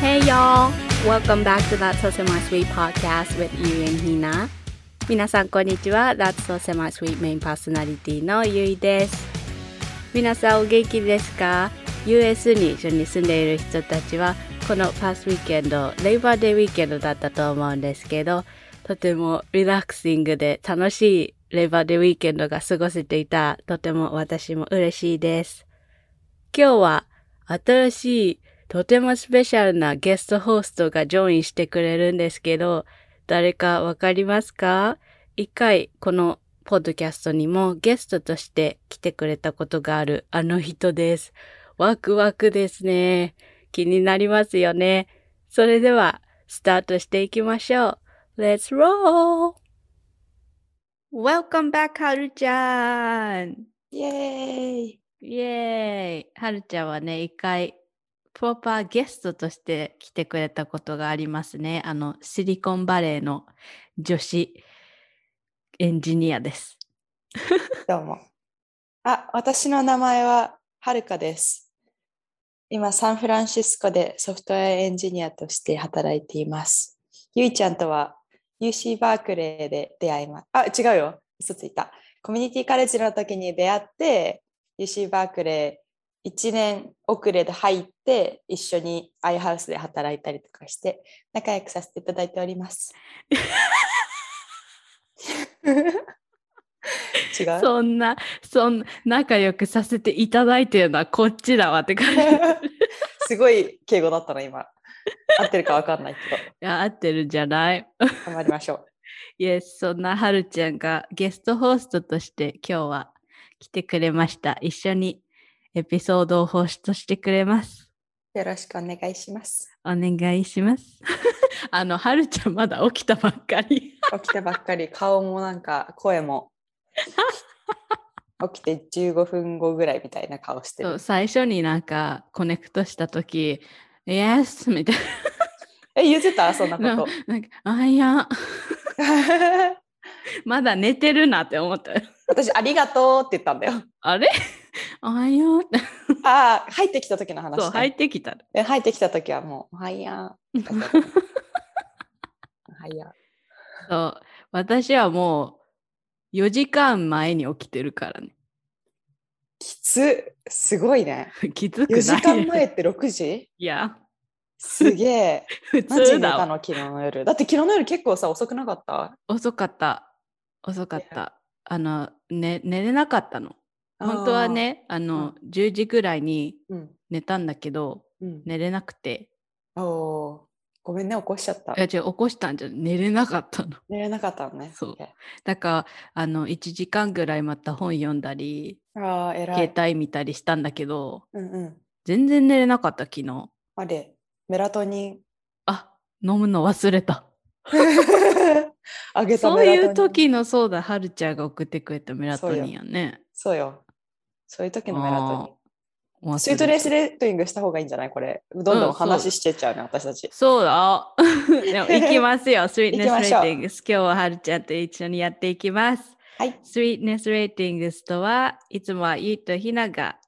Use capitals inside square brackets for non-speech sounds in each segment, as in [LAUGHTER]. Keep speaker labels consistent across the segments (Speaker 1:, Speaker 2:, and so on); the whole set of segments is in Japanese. Speaker 1: Hey y'all! Welcome back to That's So Semi Sweet Podcast with you and Hina. 皆さんこんにちは。That's So Semi Sweet メインパーソナリティのゆいです。皆さんお元気ですか ?US に一緒に住んでいる人たちはこのパスウィーケンド、レイバーデーウィーケンドだったと思うんですけど、とてもリラックスイングで楽しいレイバーデーウィーケンドが過ごせていた、とても私も嬉しいです。今日は新しいとてもスペシャルなゲストホストがジョインしてくれるんですけど、誰かわかりますか一回このポッドキャストにもゲストとして来てくれたことがあるあの人です。ワクワクですね。気になりますよね。それではスタートしていきましょう。Let's roll! Welcome back, はるちゃん
Speaker 2: イエーイ
Speaker 1: イエーイはるちゃんはね一回プロパーゲストとして来てくれたことがありますねあのシリコンバレーの女子エンジニアです
Speaker 2: [LAUGHS] どうも。あ、私の名前ははるかです。今、サンフランシスコでソフトウェアエンジニアとして働いています。ゆいちゃんとは UC バークレーで出会います。あ、違うよ。嘘ついた。コミュニティカレッジの時に出会って、UC バークレー1年遅れで入って、一緒に iHouse で働いたりとかして、仲良くさせていただいております。 [LAUGHS] 違う
Speaker 1: そんなそん仲良くさせていただいてるのはこっちだわって
Speaker 2: [LAUGHS]
Speaker 1: 感じい
Speaker 2: すごい敬語だったの今。合ってるかわかんないけ
Speaker 1: や合ってるんじゃない
Speaker 2: ど、頑張りましょ
Speaker 1: イエス、そんなはるちゃんがゲストホストとして今日は来てくれました。一緒にエピソードをホストしてくれます。
Speaker 2: う。よろしくお願いします。
Speaker 1: お願いします。 [LAUGHS] あの、はるちゃんまだ起きたばっかり。
Speaker 2: 起きたばっかり、顔もなんか声も。起きて15分後ぐらいみたいな顔して
Speaker 1: そう
Speaker 2: る。
Speaker 1: 最初になんかコネクトした時、イエスみたい
Speaker 2: え、言ってたそんな
Speaker 1: な。
Speaker 2: こ
Speaker 1: なんか、あいや、
Speaker 2: と。
Speaker 1: まだ寝てるなって思った。
Speaker 2: [LAUGHS] 私、ありがとうって言ったんだよ。
Speaker 1: あれあいやって。
Speaker 2: ああ、入ってきた時の話、ね
Speaker 1: そう、入ってきた。
Speaker 2: で入ってきた時はもう、おはやー。おはや
Speaker 1: そう、私はもう4時間前に起きてるからね。 [LAUGHS]
Speaker 2: ー。きつ、すごい [LAUGHS] ね。
Speaker 1: 気づく
Speaker 2: 4時
Speaker 1: ない
Speaker 2: 間前って6時
Speaker 1: いや
Speaker 2: すげえ。
Speaker 1: 普
Speaker 2: 何時
Speaker 1: 通
Speaker 2: に寝
Speaker 1: だ
Speaker 2: た
Speaker 1: わ
Speaker 2: の昨日の夜。だって昨日の夜結構さ遅くなかった
Speaker 1: 遅かった遅かっ
Speaker 2: い
Speaker 1: たあの、ね、寝れなかったの本当は。ねあの、10時ぐらいに
Speaker 2: あーうん。
Speaker 1: 寝たんだけど
Speaker 2: うん。
Speaker 1: 寝れなくて
Speaker 2: おおー。ごめんね、起こしちゃった
Speaker 1: いや。違う起こしたんじゃ寝れなかったの [LAUGHS]
Speaker 2: 寝れなかったのね。
Speaker 1: そうだからあの1時間ぐらいまた本読んだり
Speaker 2: ああ、偉
Speaker 1: 携
Speaker 2: い。
Speaker 1: 帯見たりしたんだけど、
Speaker 2: うんうん。
Speaker 1: 全然寝れなかった昨日
Speaker 2: あれ、メラ
Speaker 1: [LAUGHS]
Speaker 2: トニン。
Speaker 1: あ飲むの忘れた
Speaker 2: あげた
Speaker 1: そ
Speaker 2: メ
Speaker 1: う
Speaker 2: ラトニン。
Speaker 1: いう。時のそうだはるちゃんが送ってくれたメラトニンやね
Speaker 2: そうよ。そういう時のメラトニン。
Speaker 1: 忘れ
Speaker 2: スイートレー
Speaker 1: た
Speaker 2: スレートリングした方がいいんじゃないこれ。どん
Speaker 1: うん
Speaker 2: ど
Speaker 1: そうん
Speaker 2: 話してっちゃうね、私たち。
Speaker 1: そうだ。 [LAUGHS] でも行きます
Speaker 2: [LAUGHS]
Speaker 1: よ。スイートネスレ
Speaker 2: 行きま
Speaker 1: ー
Speaker 2: しょう
Speaker 1: ティングス。今日ははるちゃんと一緒にやっていきます。
Speaker 2: はい。
Speaker 1: スイートネスレーティングスとはいつもはゆいとひなが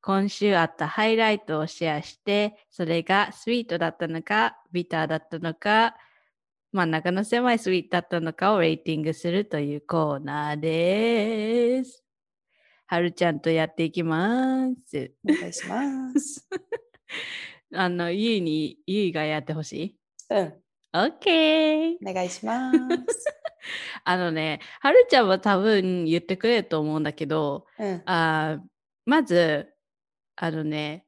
Speaker 1: 今週あったハイライトをシェアして、それがスイートだったのか、ビターだったのか、真ん中の狭いスイートだったのかをレーティングするというコーナーです。はるちゃんとやっていきます。
Speaker 2: お願いします。
Speaker 1: あの、ゆいに、ゆいがやってほしい
Speaker 2: うん。
Speaker 1: ?OK!
Speaker 2: お願いします。
Speaker 1: あのね、はるちゃんは多分言ってくれると思うんだけど、 [LAUGHS]
Speaker 2: うん。
Speaker 1: あーまず、あのね、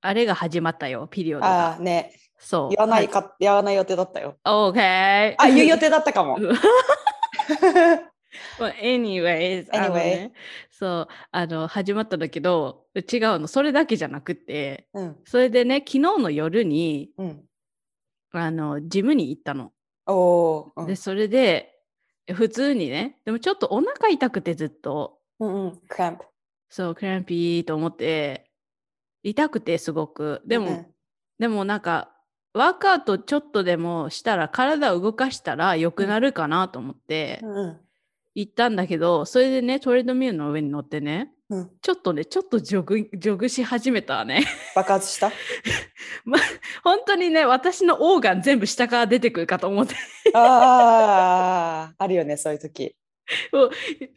Speaker 1: あれが始まったよ、ピリオド
Speaker 2: あ
Speaker 1: が。
Speaker 2: あ、ね。
Speaker 1: そう。
Speaker 2: 言わない
Speaker 1: は。
Speaker 2: か、言わない予定だったよ。
Speaker 1: OK!
Speaker 2: あ、言う
Speaker 1: [LAUGHS]
Speaker 2: 予定だったかも。
Speaker 1: Well, anyways, あのね、そう、あの、始まったんだけど、違うの、それだけじゃなくて、
Speaker 2: [LAUGHS] うん。
Speaker 1: それでね、昨日の夜に、
Speaker 2: うん。
Speaker 1: あの、ジムに行ったの。
Speaker 2: おお。うん
Speaker 1: で、それで、普通にね、でもちょっとお腹痛くてずっと、
Speaker 2: うんうん。クランプ。
Speaker 1: そう、クランピーと思って、痛くてすごく。でも、
Speaker 2: うん
Speaker 1: でもなんか、ワークアウトちょっとでもしたら、体を動かしたら良くなるかなと思って
Speaker 2: う、ん
Speaker 1: 行ったんだけど、それでね、トレードミルの上に乗ってね、
Speaker 2: うん、
Speaker 1: ちょっとね、ちょっとジョグ、ジョグし始めたわね。 [LAUGHS]
Speaker 2: 爆発した
Speaker 1: 本当にね、私のオーガン全部下から出てくるかと思って、 [LAUGHS]
Speaker 2: [LAUGHS] ああ、あるよね、そういう時。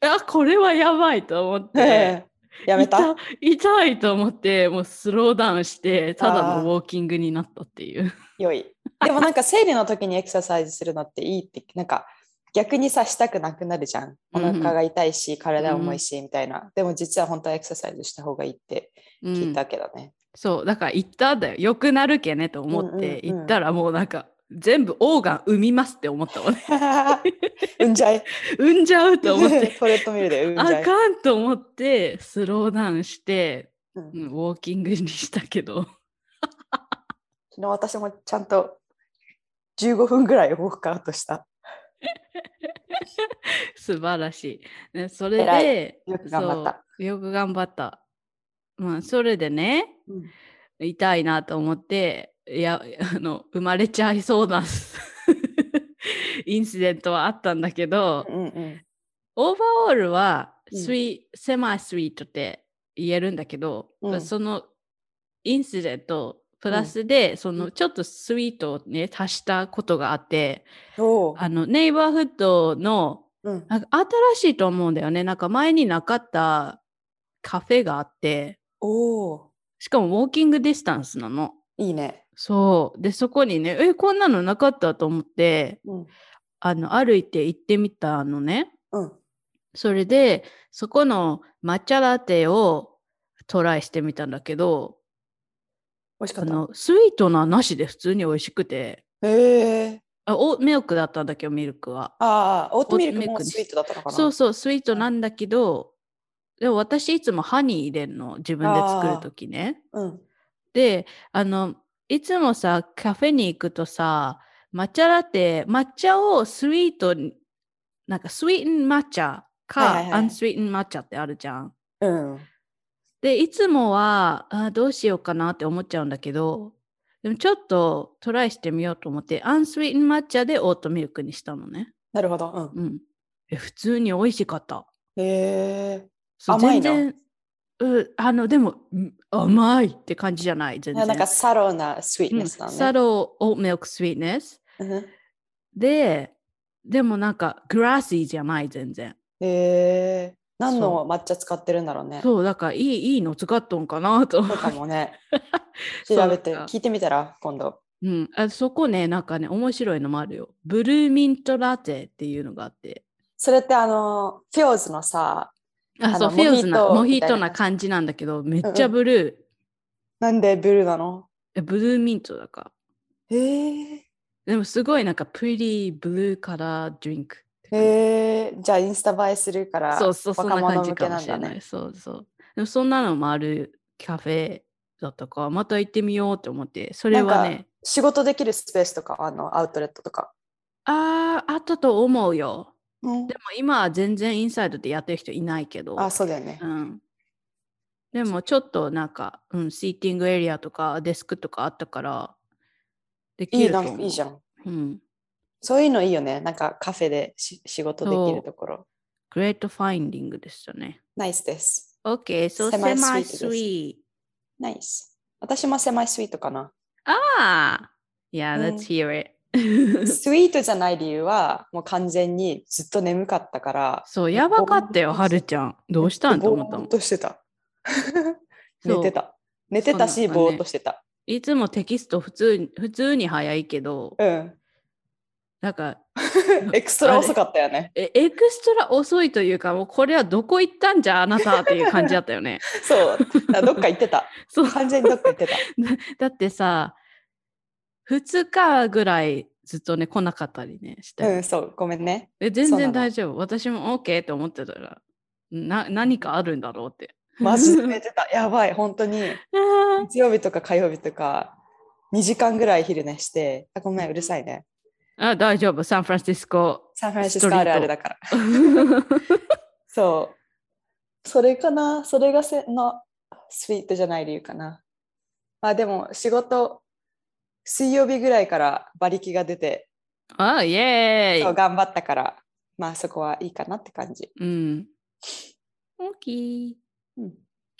Speaker 1: あ、これはやばいと思って。
Speaker 2: [LAUGHS] やめた
Speaker 1: 痛痛いと思って、もうスローダウンして、ただのウォーキングになったっていう。
Speaker 2: 良い。でもなんか生理の時にエクササイズするのっていいって、なんか逆にさしたくなくなるじゃん。
Speaker 1: う
Speaker 2: お
Speaker 1: んうん
Speaker 2: 腹が痛いし、体重いし、みたいな。でも実は本当はエクササイズした方がいいって聞いたけどね。 [LAUGHS]
Speaker 1: そう、だから行ったんだよ。良くなるけねと思って、
Speaker 2: うんうんうん
Speaker 1: 行ったらもうなんか、全部オーガン産みますって思ったもんね。 [LAUGHS]
Speaker 2: うんじゃい。
Speaker 1: 産んじゃうと
Speaker 2: [LAUGHS]
Speaker 1: 思って。
Speaker 2: トイレットミルでうんじ
Speaker 1: あ
Speaker 2: ゃい。
Speaker 1: かんと思って、スローダウンして、
Speaker 2: うん
Speaker 1: うんウォーキングにしたけど。 [LAUGHS]
Speaker 2: 昨日私もちゃんと15分ぐらいウォークアウトした。
Speaker 1: 素晴らしい。ね、それ
Speaker 2: 偉
Speaker 1: で、
Speaker 2: よく頑張った
Speaker 1: そうよく頑張った。まあ、それでね、
Speaker 2: うん
Speaker 1: 痛いなと思って、いや、あの、生まれちゃいそうな [LAUGHS] インシデントはあったんだけど、
Speaker 2: うんうん。
Speaker 1: オーバーオールは、
Speaker 2: うん
Speaker 1: スイ、セマイスイートって言えるんだけど、
Speaker 2: うん
Speaker 1: そのインシデント、プラスで、そのちょっとスイートをね、足したことがあって、
Speaker 2: おう
Speaker 1: あの、ネイバーフッドの
Speaker 2: うん
Speaker 1: なんか新しいと思うんだよね。なんか前になかったカフェがあって、
Speaker 2: おう
Speaker 1: しかもウォーキングディスタンスなの。
Speaker 2: いいね。
Speaker 1: そう。で、そこにね、え、こんなのなかったと思って、
Speaker 2: うん。
Speaker 1: あの、歩いて行ってみたのね。
Speaker 2: うん。
Speaker 1: それで、そこの抹茶ラテをトライしてみたんだけど、
Speaker 2: 美味しか
Speaker 1: あ
Speaker 2: った。
Speaker 1: の、スイートななしで普通に美味しくて、
Speaker 2: へえ。
Speaker 1: あ、オーミルクだったんだけど、ミルクは。
Speaker 2: ああ、オートミル
Speaker 1: オートミ
Speaker 2: ク
Speaker 1: ル
Speaker 2: も
Speaker 1: クに
Speaker 2: スイートだったのかな。
Speaker 1: そうそう、スイートなんだけど、でも私いつもハニー入れんの、自分で作るときね。
Speaker 2: うん。
Speaker 1: で、あの、いつもさ、カフェに行くとさ、抹茶ラテ、抹茶をスイートに、なんかスイートン抹茶か、
Speaker 2: はいはいはい
Speaker 1: アンスイートン抹茶ってあるじゃん。
Speaker 2: うん。
Speaker 1: で、いつもは、あーどうしようかなって思っちゃうんだけど、でもちょっとトライしてみようと思って、アンスイートン抹茶でオートミルクにしたのね。
Speaker 2: なるほど。
Speaker 1: うん。え普通に美味しかった。
Speaker 2: うん。へえ。
Speaker 1: そう
Speaker 2: 甘いの
Speaker 1: 全然うあのでもうん甘いって感じじゃない全然
Speaker 2: なんかサローなスイート
Speaker 1: う
Speaker 2: ネ
Speaker 1: ん
Speaker 2: スなのね。
Speaker 1: サローオーミルクスイートネス
Speaker 2: うん
Speaker 1: ででもなんかグラシーじゃない全然
Speaker 2: へえ。何の抹茶使ってるんだろうね。
Speaker 1: そうだからいいいいの使っとんかなと思
Speaker 2: そう
Speaker 1: う
Speaker 2: かもね。
Speaker 1: [LAUGHS] そう
Speaker 2: 調べて
Speaker 1: なんか
Speaker 2: 聞いてみたら今度。
Speaker 1: うん、あそこねなんかね面白いのもあるよブルーミントラテっていうのがあって
Speaker 2: それってあのフィオーズのさ、
Speaker 1: あそう
Speaker 2: あの
Speaker 1: フィールズな
Speaker 2: モ
Speaker 1: モ
Speaker 2: ヒ
Speaker 1: ヒ
Speaker 2: ートみた
Speaker 1: ー
Speaker 2: いな
Speaker 1: トな感じなんだけどめっちゃブルー、
Speaker 2: なんでブルーなの？
Speaker 1: えブルーミントだから
Speaker 2: へえ。
Speaker 1: でもすごいなんかプリーブルーカラードリンク
Speaker 2: へえ。じゃあインスタ映えするから
Speaker 1: そうそう、そん
Speaker 2: 若
Speaker 1: な感
Speaker 2: 者
Speaker 1: じ
Speaker 2: 向
Speaker 1: かも
Speaker 2: けなん
Speaker 1: しれ
Speaker 2: だ
Speaker 1: ない。
Speaker 2: ね。
Speaker 1: そうそう。でもそんなのもあるカフェだったから、また行ってみようと思って、それは
Speaker 2: なん
Speaker 1: ね、
Speaker 2: 仕事できるスペースとかあのアウトレットとか。
Speaker 1: ああ、あったと思うよ。
Speaker 2: うん
Speaker 1: でも今は全然インサイドでやってる人いないけど、
Speaker 2: あ、そうだよね
Speaker 1: う。ん。でもちょっとなんか、うん、シーティングエリアとかデスクとかあったから、でき
Speaker 2: いい
Speaker 1: ると
Speaker 2: な、
Speaker 1: 思う。
Speaker 2: いいじゃん。
Speaker 1: うん。
Speaker 2: そういうのいいよね。なんかカフェでし仕事できるところ。
Speaker 1: グレートファインディングでしたね。
Speaker 2: ナイスです。
Speaker 1: OK、そう、
Speaker 2: 狭い
Speaker 1: 狭い
Speaker 2: スイート
Speaker 1: ス
Speaker 2: です
Speaker 1: イート。
Speaker 2: ナイス。私も狭いスイートかな。 [LAUGHS]
Speaker 1: ああ !Yeah,
Speaker 2: うん
Speaker 1: let's hear it.
Speaker 2: スイートじゃない理由は、もう完全にずっと眠かったから。
Speaker 1: そう、やばかったよ、
Speaker 2: ぼーっと
Speaker 1: はるちゃん。どうしたんと思った
Speaker 2: ぼ
Speaker 1: も
Speaker 2: ーっ
Speaker 1: ん。
Speaker 2: として
Speaker 1: [LAUGHS]
Speaker 2: た。
Speaker 1: そ
Speaker 2: 寝
Speaker 1: う
Speaker 2: てた。寝てたし、
Speaker 1: そうなんだね
Speaker 2: ぼーっとしてた。
Speaker 1: いつもテキスト普通に普通に早いけど、 [LAUGHS]
Speaker 2: うん。
Speaker 1: なんか
Speaker 2: エクストラ遅かったよね。
Speaker 1: えエクストラ遅いというか、もうこれはどこ行ったんじゃあなたっていう感じだったよね。
Speaker 2: そう。だからどっか行ってた。
Speaker 1: そう
Speaker 2: 完全にどっか行ってた。
Speaker 1: だってさ、2日ぐらいずっとね、来なかったりね、して、
Speaker 2: うん、そう。ごめんね。
Speaker 1: え全
Speaker 2: そうな
Speaker 1: 然
Speaker 2: の
Speaker 1: 大丈夫。私も OK って思ってたら、な何かあるんだろうって。
Speaker 2: マジで寝て [LAUGHS] た。やばい。本当に。月曜日とか火曜日とか、2時間ぐらい昼寝して、あごめん、うるさいね。
Speaker 1: あ大丈夫、サンフランシスコ。
Speaker 2: サンフランシスコあるあるだから。 [LAUGHS] そう。それかなそれがせのスイートじゃない理由かな。まあでも仕事、水曜日ぐらいから馬力が出て、
Speaker 1: あ、イエ
Speaker 2: そう
Speaker 1: ーイ。
Speaker 2: 頑張ったから、まあそこはいいかなって感じ。
Speaker 1: うん。大きい。
Speaker 2: うん、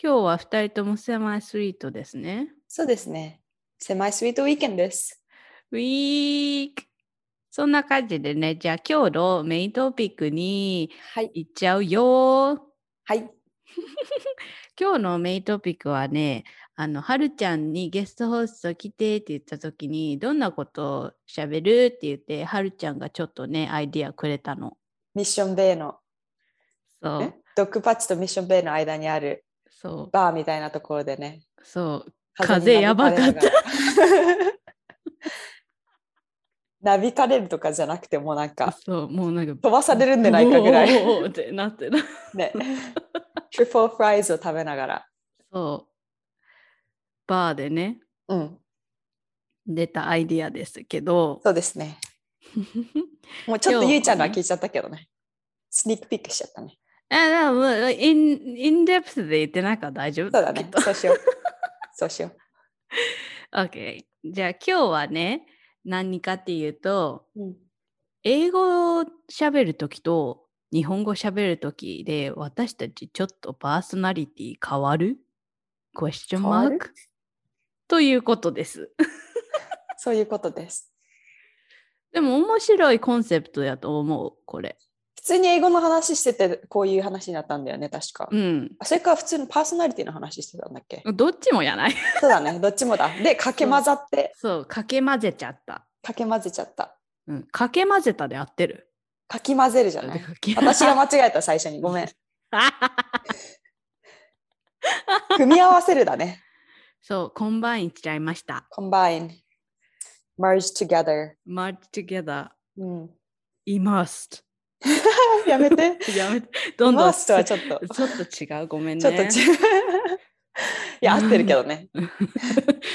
Speaker 1: 今日は2人ともセマイスイートですね。
Speaker 2: そうですね。狭いスイートウィーケンドです。
Speaker 1: ウィークそんな感じでね、じゃあ今日のメイントピックに
Speaker 2: はい。
Speaker 1: 行っちゃうよ。
Speaker 2: はい。
Speaker 1: 今日のメイントピックはね、あの、はるちゃんにゲストホスト来てって言った時に、どんなことを喋るって言って、はるちゃんがちょっとね、アイディアくれたの。
Speaker 2: ミッションベイの、
Speaker 1: そ
Speaker 2: え
Speaker 1: う、
Speaker 2: ドッグパッチとミッションベイの間にある
Speaker 1: そ
Speaker 2: バーみたいなところでね。
Speaker 1: う、そう、
Speaker 2: 風に
Speaker 1: 風やばかった
Speaker 2: なびれな [LAUGHS] がら。なびかれるとかじゃなくてもうなんか
Speaker 1: そう、もうなんか、
Speaker 2: 飛ばされるんでないかぐらい。
Speaker 1: おーってなってた。
Speaker 2: ね。トリプルフライズを食べながら。
Speaker 1: そう、バーでね、
Speaker 2: うん。
Speaker 1: 出たアイディアですけど、
Speaker 2: そうですね。もうちょ
Speaker 1: 今日は
Speaker 2: っと
Speaker 1: ね
Speaker 2: ゆいちゃんのは聞いちゃったけどね。スニークピックしちゃったね。
Speaker 1: あ、でも、イン、インデプスで言ってないから大丈夫
Speaker 2: そうだ
Speaker 1: き
Speaker 2: ね
Speaker 1: っ。と
Speaker 2: そうしよう。そうしよ
Speaker 1: OK。じゃあ今日はね、何かっていうと、
Speaker 2: う。うん、
Speaker 1: 英語を喋るときと日本語喋るときで私たちちょっとパーソナリティ変わるクエスチョンマー
Speaker 2: 変わ
Speaker 1: クということです。
Speaker 2: そういうことです。
Speaker 1: でも面白いコンセプトやと思う、これ。
Speaker 2: 普通に英語の話してて、こういう話になったんだよね、確か。
Speaker 1: うん。
Speaker 2: あそれから普通のパーソナリティの話してたんだっけ
Speaker 1: どっちもやない。 [LAUGHS]
Speaker 2: そうだね、どっちもだ。で、かけ混ざって、
Speaker 1: そう、かけ混ぜちゃった。
Speaker 2: かけ混ぜちゃった。
Speaker 1: うん、かけ混ぜたで合ってる。
Speaker 2: かき混ぜるじゃない。私が間違えた最初に。ごめん。組み合わせるだね。
Speaker 1: [LAUGHS] そう、コンバインしちゃいました。
Speaker 2: combine, merge together.
Speaker 1: March together
Speaker 2: うん、
Speaker 1: immersed。
Speaker 2: やめて。
Speaker 1: やめて、どんどん。
Speaker 2: マースとはちょっと、
Speaker 1: ちょっと違う、ごめんね。
Speaker 2: ちょ
Speaker 1: [LAUGHS]
Speaker 2: っと違う。いや、合ってるけどね。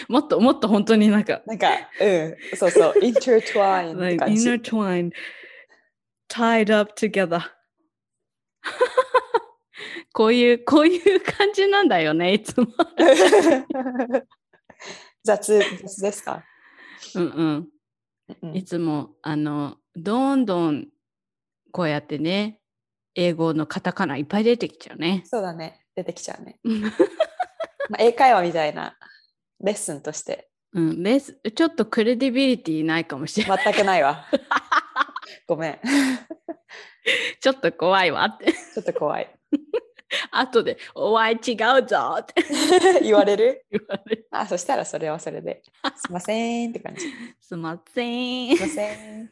Speaker 1: もっともっと本当になんか、
Speaker 2: なんか、うん、そ
Speaker 1: [LAUGHS]
Speaker 2: うそう、intertwine って
Speaker 1: like
Speaker 2: 感じ。
Speaker 1: intertwined, tied up together. [LAUGHS] こういう、こういう感じなんだよね、いつも。
Speaker 2: 雑雑ですか、
Speaker 1: うん
Speaker 2: う
Speaker 1: うんん。いつも、あの、どんどん、こうやってね、英語のカタカナいっぱい出てきちゃう [LAUGHS] ね。
Speaker 2: そうだね、出てきちゃうね。まあ、英会話みたいなレッスンとして
Speaker 1: うん、レスちょっとクレディビリティないかもしれない。
Speaker 2: 全くない
Speaker 1: [LAUGHS]
Speaker 2: わ。ごめん、
Speaker 1: ちょっと怖いわ [LAUGHS] って。
Speaker 2: ちょっと怖い。
Speaker 1: 後で、お前違うぞって
Speaker 2: 言われる
Speaker 1: 言われる。
Speaker 2: あ、そしたらそれはそれで。すいませんって感じ。す
Speaker 1: すんません
Speaker 2: い。ません。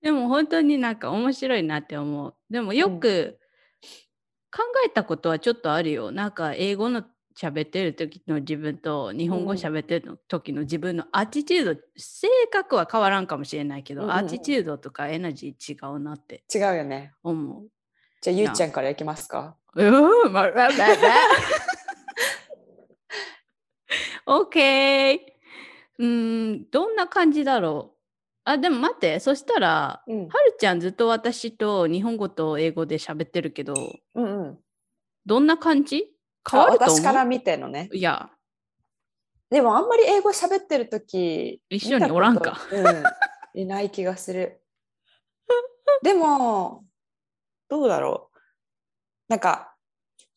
Speaker 1: でも本当になんか面白いなって思う。でもよく考えたことはちょっとあるよ。なんか英語の喋ってる時の自分と日本語
Speaker 2: うん
Speaker 1: 喋ってる時の自分のアティチュード、性格は変わらんかもしれないけど、
Speaker 2: うんうんうん
Speaker 1: アティチュードとかエナジー違うなって
Speaker 2: 違うよね。
Speaker 1: 思
Speaker 2: [LAUGHS]
Speaker 1: う。 [LAUGHS]
Speaker 2: じゃあ、ゆいちゃんからいきますか。
Speaker 1: うん、まままま OK。うん、どんな感じだろう。あ、でも待って、そしたら、
Speaker 2: うん
Speaker 1: はるちゃんずっと私と日本語と英語で喋ってるけど、
Speaker 2: うんうん。
Speaker 1: どんな感じ変わると思う
Speaker 2: 私から見てのね。
Speaker 1: いや、
Speaker 2: でもあんまり英語喋ってる時
Speaker 1: 一緒におらんか。
Speaker 2: 見たことうん、いない気がする。でもどうだろう。なんか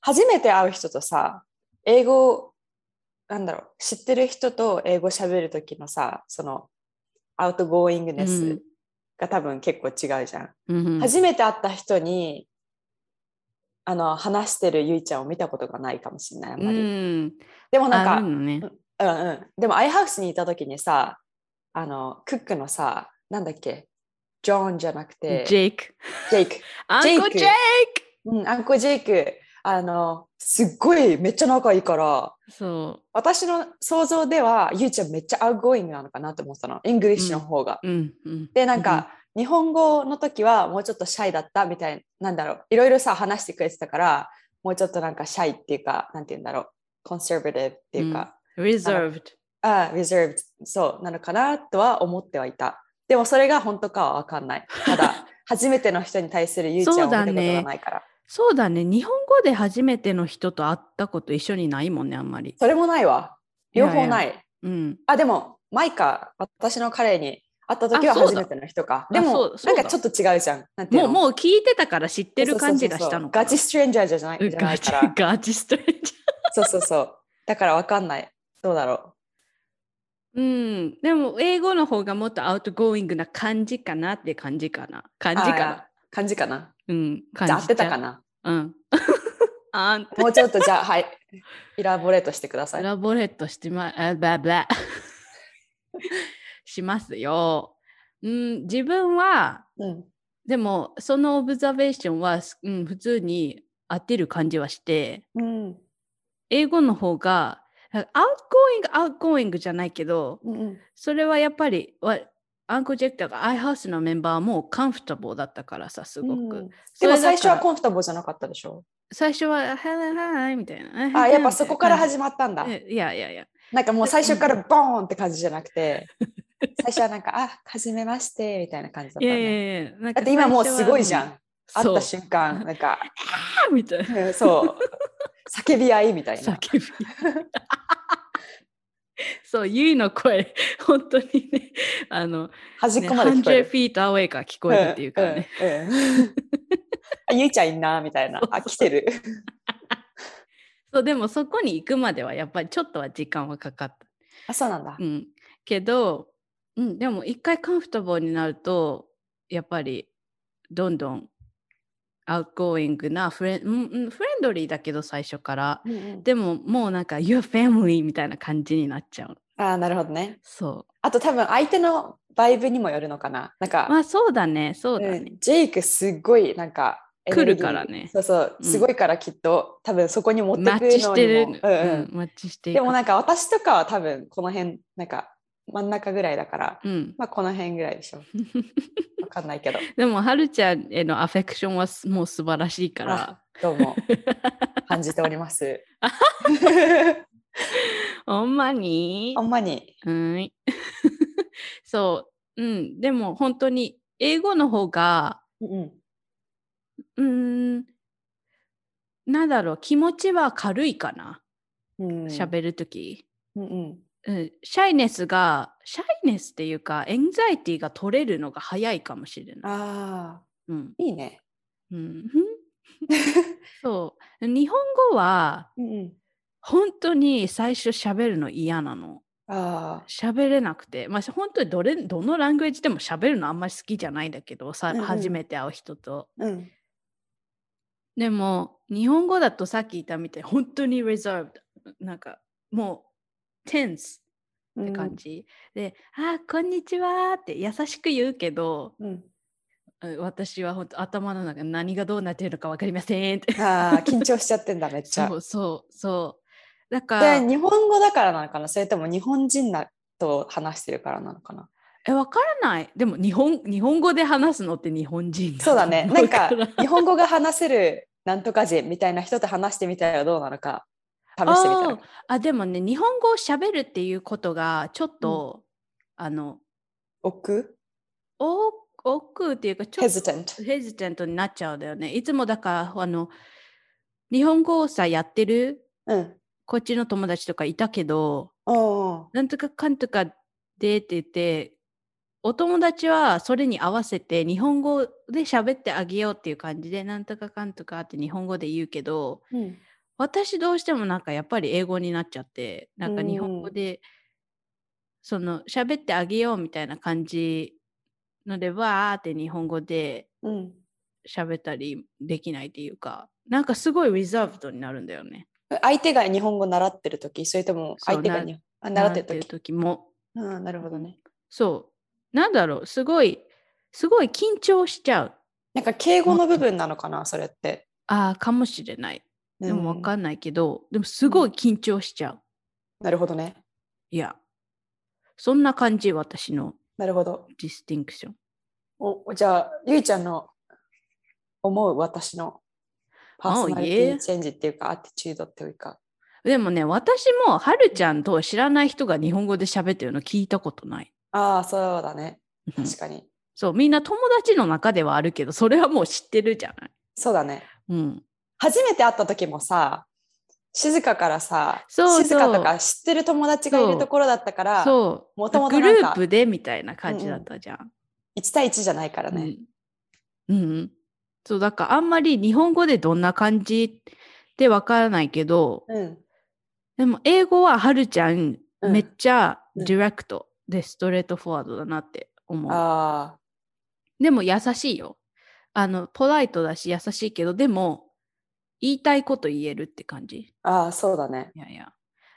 Speaker 2: 初めて会う人とさ英語なんだろう知ってる人と英語喋る時のさそのアウトゴーイングネスが多分結構違うじゃん。
Speaker 1: うん、
Speaker 2: 初めて会った人にあの話してるゆいちゃんを見たことがないかもしれないあん
Speaker 1: う
Speaker 2: まり。
Speaker 1: ん、
Speaker 2: でもなん
Speaker 1: あ
Speaker 2: か
Speaker 1: るのね。
Speaker 2: うんうん。でも、アイハウスにいた時にさ、あの、クックのさ、なんだっけ、ジョンじゃなく
Speaker 1: ジ
Speaker 2: て、
Speaker 1: ェイク。
Speaker 2: ジェイク。
Speaker 1: アン
Speaker 2: ジェイク
Speaker 1: コジェイ
Speaker 2: うん、アンコジェイク。あの、すっごい、めっちゃ仲いいから、
Speaker 1: クそ
Speaker 2: 私の想像では、ゆいちゃんめっちゃアウトゴーイングなのかなと思ってたの。イングリッシュの方が。
Speaker 1: う。うん、うん。
Speaker 2: で、なんか、日本語の時はもうちょっとシャイだったみたいな、なんだろう、いろいろさ、話してくれてたから、もうちょっとなんかシャイっていうか、なんて言うんだろう、コンセーバティブっていうか、
Speaker 1: うんうん、reserved。
Speaker 2: ああ、reserved そうなのかなとは思ってはいた。でもそれが本当かはわかんない。
Speaker 1: [LAUGHS]
Speaker 2: ただ、初めての人に対するゆいちゃんを
Speaker 1: そ
Speaker 2: 見
Speaker 1: う
Speaker 2: た
Speaker 1: だ
Speaker 2: こと
Speaker 1: ね
Speaker 2: がないから。
Speaker 1: そうだね。日本語で初めての人と会ったこと一緒にないもんね、あんまり。
Speaker 2: それもないわ。両方ない。
Speaker 1: うん。
Speaker 2: あ、でも、マイカ、私の彼に会った時は
Speaker 1: あそう
Speaker 2: 初
Speaker 1: だ
Speaker 2: めての人か。
Speaker 1: あ
Speaker 2: で
Speaker 1: そ
Speaker 2: も
Speaker 1: う、そ
Speaker 2: な
Speaker 1: うんだ
Speaker 2: かちょっと違うじゃん。なんてい
Speaker 1: も
Speaker 2: う
Speaker 1: う
Speaker 2: の
Speaker 1: もう聞いてたから知って
Speaker 2: そうそうそうそ
Speaker 1: る
Speaker 2: う
Speaker 1: 感じがしたのかな
Speaker 2: ガチストレンジャーじゃないじゃな
Speaker 1: ガ
Speaker 2: い
Speaker 1: チ
Speaker 2: から。
Speaker 1: [LAUGHS] ガチストレンジ
Speaker 2: そうそうそう。だからわかんない。どうだろ
Speaker 1: ャーうんでも英語の方がもっとアウトゴーイングな感じかなって感じかな
Speaker 2: う。
Speaker 1: 感じか
Speaker 2: あ
Speaker 1: な
Speaker 2: ー感じかな。
Speaker 1: うん感
Speaker 2: じ
Speaker 1: じ
Speaker 2: ゃあ合ってたか
Speaker 1: なう
Speaker 2: な。
Speaker 1: んあん
Speaker 2: もうちょっとじゃ
Speaker 1: [LAUGHS]
Speaker 2: あ、はい。イラボレートしてくださ
Speaker 1: エ
Speaker 2: い。
Speaker 1: ラボレットしてまあブラブラ [LAUGHS] しますようん自分は
Speaker 2: うん。
Speaker 1: でもそのオブザベーションは、うん、普通に合ってる感じはして
Speaker 2: うん。
Speaker 1: 英語の方がアウトゴーイングアウトゴーイングじゃないけど
Speaker 2: うん。
Speaker 1: それはやっぱりわアンコジェクターが iHouse のメンバーもカンフタボーだったからさすごく、
Speaker 2: うん
Speaker 1: それ
Speaker 2: で
Speaker 1: だか
Speaker 2: も
Speaker 1: ら
Speaker 2: 最初はコンフタボーじゃなかったでしょ。
Speaker 1: 最初は「はいはいはい」みたいな
Speaker 2: あ、やっぱそこから
Speaker 1: ま
Speaker 2: 始まったんだ。
Speaker 1: いやいやいや
Speaker 2: なんかもう最初からボーンって感じじゃなくて、最初はなんか、あ、はじめましてみたいな感じだっ
Speaker 1: い [LAUGHS]
Speaker 2: た
Speaker 1: や
Speaker 2: ん
Speaker 1: い
Speaker 2: だ。
Speaker 1: やいやなん
Speaker 2: だ
Speaker 1: か
Speaker 2: って今もうすごいじゃ
Speaker 1: 最初
Speaker 2: ん。会っ
Speaker 1: は
Speaker 2: た瞬間、なんか、
Speaker 1: そう [LAUGHS] みたいな
Speaker 2: うん
Speaker 1: [LAUGHS]
Speaker 2: そう、叫び合いみたいな。
Speaker 1: 叫び [LAUGHS] そうゆいの声本当にねあの
Speaker 2: 端っ
Speaker 1: ね
Speaker 2: こまで聞こえ
Speaker 1: 100
Speaker 2: る。
Speaker 1: フィートアウェイから聞こえるっていうかね、
Speaker 2: うんうんうんあゆいちゃんいんなみたいな。あ、来てる。
Speaker 1: そうでもそこに行くまではやっぱりちょっとは時間はかかっ
Speaker 2: あ、そうなんだ
Speaker 1: た。う。ん、けど、うん、でも一回カンフタボーになるとやっぱりどんどんアウトゴーイングなフレン、うんうん、フレンドリーだけど最初から
Speaker 2: うんうん
Speaker 1: でももうなんか「Your family」みたいな感じになっちゃう
Speaker 2: あーなるほどね。
Speaker 1: そ
Speaker 2: あと多分相手のバイブにもよるのかな。なん
Speaker 1: うま
Speaker 2: か、
Speaker 1: あそうだねそうだ
Speaker 2: う
Speaker 1: ね、
Speaker 2: んジェイクすっごいなんかエネルギー、
Speaker 1: 来るからね
Speaker 2: そうそう、
Speaker 1: うん
Speaker 2: すごいからきっと、多分そこに持ってく
Speaker 1: マ
Speaker 2: のにも
Speaker 1: ッチしてる、
Speaker 2: うんうん
Speaker 1: うんマッチしていく
Speaker 2: でもなんか私とかは多分この辺、なんか真ん中ぐらいだから、
Speaker 1: うん、
Speaker 2: まあこの辺ぐらいでしょ。
Speaker 1: [LAUGHS]
Speaker 2: わかんないけど。
Speaker 1: でもはるちゃんへのアフェクションはすもう素晴らしいから
Speaker 2: あどうも感じてお
Speaker 1: [LAUGHS]
Speaker 2: ります。
Speaker 1: ほんまに
Speaker 2: ほんまに。
Speaker 1: はーい。 [LAUGHS] そう。うん。でも本当に英語の方が、
Speaker 2: うん
Speaker 1: うーん、なんだろう、気持ちは軽いかな。
Speaker 2: うん。
Speaker 1: 喋るとき。
Speaker 2: うんうん。
Speaker 1: うん、シャイネスが、シャイネスっていうか、エンザイティが取れるのが早いかもしれない。
Speaker 2: ああ、
Speaker 1: うん。
Speaker 2: いいね。 [LAUGHS]
Speaker 1: うん、そう。日本語は、
Speaker 2: うんうん。
Speaker 1: 本当に最初喋るの嫌なの。
Speaker 2: あ
Speaker 1: 喋れなくて、まあ、本当にどれどのラングエッジでも喋るのあんまり好きじゃないんだけどさ、
Speaker 2: うんうん
Speaker 1: 初めて会う人と。
Speaker 2: あ、うん。
Speaker 1: でも日本語だとさっき言ったみたいに本当に reserved なんかもう tense
Speaker 2: っ
Speaker 1: って感。じ、で「あーこんにちは」って優しく言うけど
Speaker 2: うん。
Speaker 1: うん私は本当頭の中で何がどうなってるのか分かりませんって
Speaker 2: ああ、緊張しちゃってんだ、めっちゃ
Speaker 1: そ。うそうそうだから
Speaker 2: で、日本語だからなのかなそれとも日本人だと話してるからなのかな
Speaker 1: え分からないでも日本日本語で話すのって日本人
Speaker 2: そうだ
Speaker 1: [LAUGHS]
Speaker 2: ね。
Speaker 1: と
Speaker 2: な
Speaker 1: 思
Speaker 2: んから日本語が話せるなんとか人みたいな人と話してみたらどうなのか試してみたら。
Speaker 1: あでもね日本語をしゃべるっていうことがちょっと、あの
Speaker 2: 奥
Speaker 1: お奥っていうかちょっと
Speaker 2: ?hesitant。
Speaker 1: ヘジテントになっちゃうんだよねいつもだからあの日本語をさやってる
Speaker 2: うん。
Speaker 1: こっちの友達とかいたけど
Speaker 2: おー
Speaker 1: なんとかかんとかでって言ってお友達はそれに合わせて日本語で喋ってあげようっていう感じでなんとかかんとかって日本語で言うけど
Speaker 2: うん。
Speaker 1: 私どうしてもなんかやっぱり英語になっちゃってなんか日本語
Speaker 2: うん
Speaker 1: でその喋ってあげようみたいな感じのでわーって日本語で
Speaker 2: うん。
Speaker 1: 喋ったりできないっていうかなんかすごいリザーブドになるんだよね。
Speaker 2: 相手が日本語習ってる時それとも
Speaker 1: そう
Speaker 2: 相手が
Speaker 1: な
Speaker 2: にあ習ってる
Speaker 1: なん
Speaker 2: 時
Speaker 1: 時も
Speaker 2: うんなるほどね
Speaker 1: そうなんだろうすごいすごい緊張しちゃう
Speaker 2: なんか敬語の部分なのかなそれって
Speaker 1: あーかもしれないでもわ
Speaker 2: う
Speaker 1: かんないけど、でもすごい緊張しちゃうん
Speaker 2: なるほどね
Speaker 1: いやそんな感じ私の
Speaker 2: なるほど
Speaker 1: ディスティンクション。
Speaker 2: おじゃあゆいちゃんの思う私のパーソナリテ
Speaker 1: Oh,
Speaker 2: ィ
Speaker 1: yeah.
Speaker 2: チェンジっていうかアティチュードっていうか
Speaker 1: でもね、私もはるちゃんと知らない人が日本語で喋ってるの聞いたことない。
Speaker 2: ああそうだね
Speaker 1: うん
Speaker 2: 確かに
Speaker 1: そう、みんな友達の中ではあるけど、それはもう知ってるじゃない。
Speaker 2: そうだね
Speaker 1: うん。
Speaker 2: 初めて会った時もさ静かからさ
Speaker 1: そうそう
Speaker 2: 静かとか知ってる友達がいるところだったから
Speaker 1: そ
Speaker 2: もと
Speaker 1: う
Speaker 2: も
Speaker 1: グ
Speaker 2: と
Speaker 1: ル
Speaker 2: なん
Speaker 1: ー
Speaker 2: か
Speaker 1: プでみたいな感じだったじゃん。
Speaker 2: 1対1じゃないから
Speaker 1: うん
Speaker 2: ね、
Speaker 1: うんうんそうだからあんまり日本語でどんな感じってわからないけど
Speaker 2: うん
Speaker 1: でも英語ははるちゃん
Speaker 2: うん
Speaker 1: めっちゃ
Speaker 2: うん
Speaker 1: ディレクトでストレートフォワードだなって思う。
Speaker 2: あ
Speaker 1: でも優しいよ。あのポライトだし優しいけどでも言いたいこと言えるって感じ。
Speaker 2: ーあーそうだね
Speaker 1: いやいや。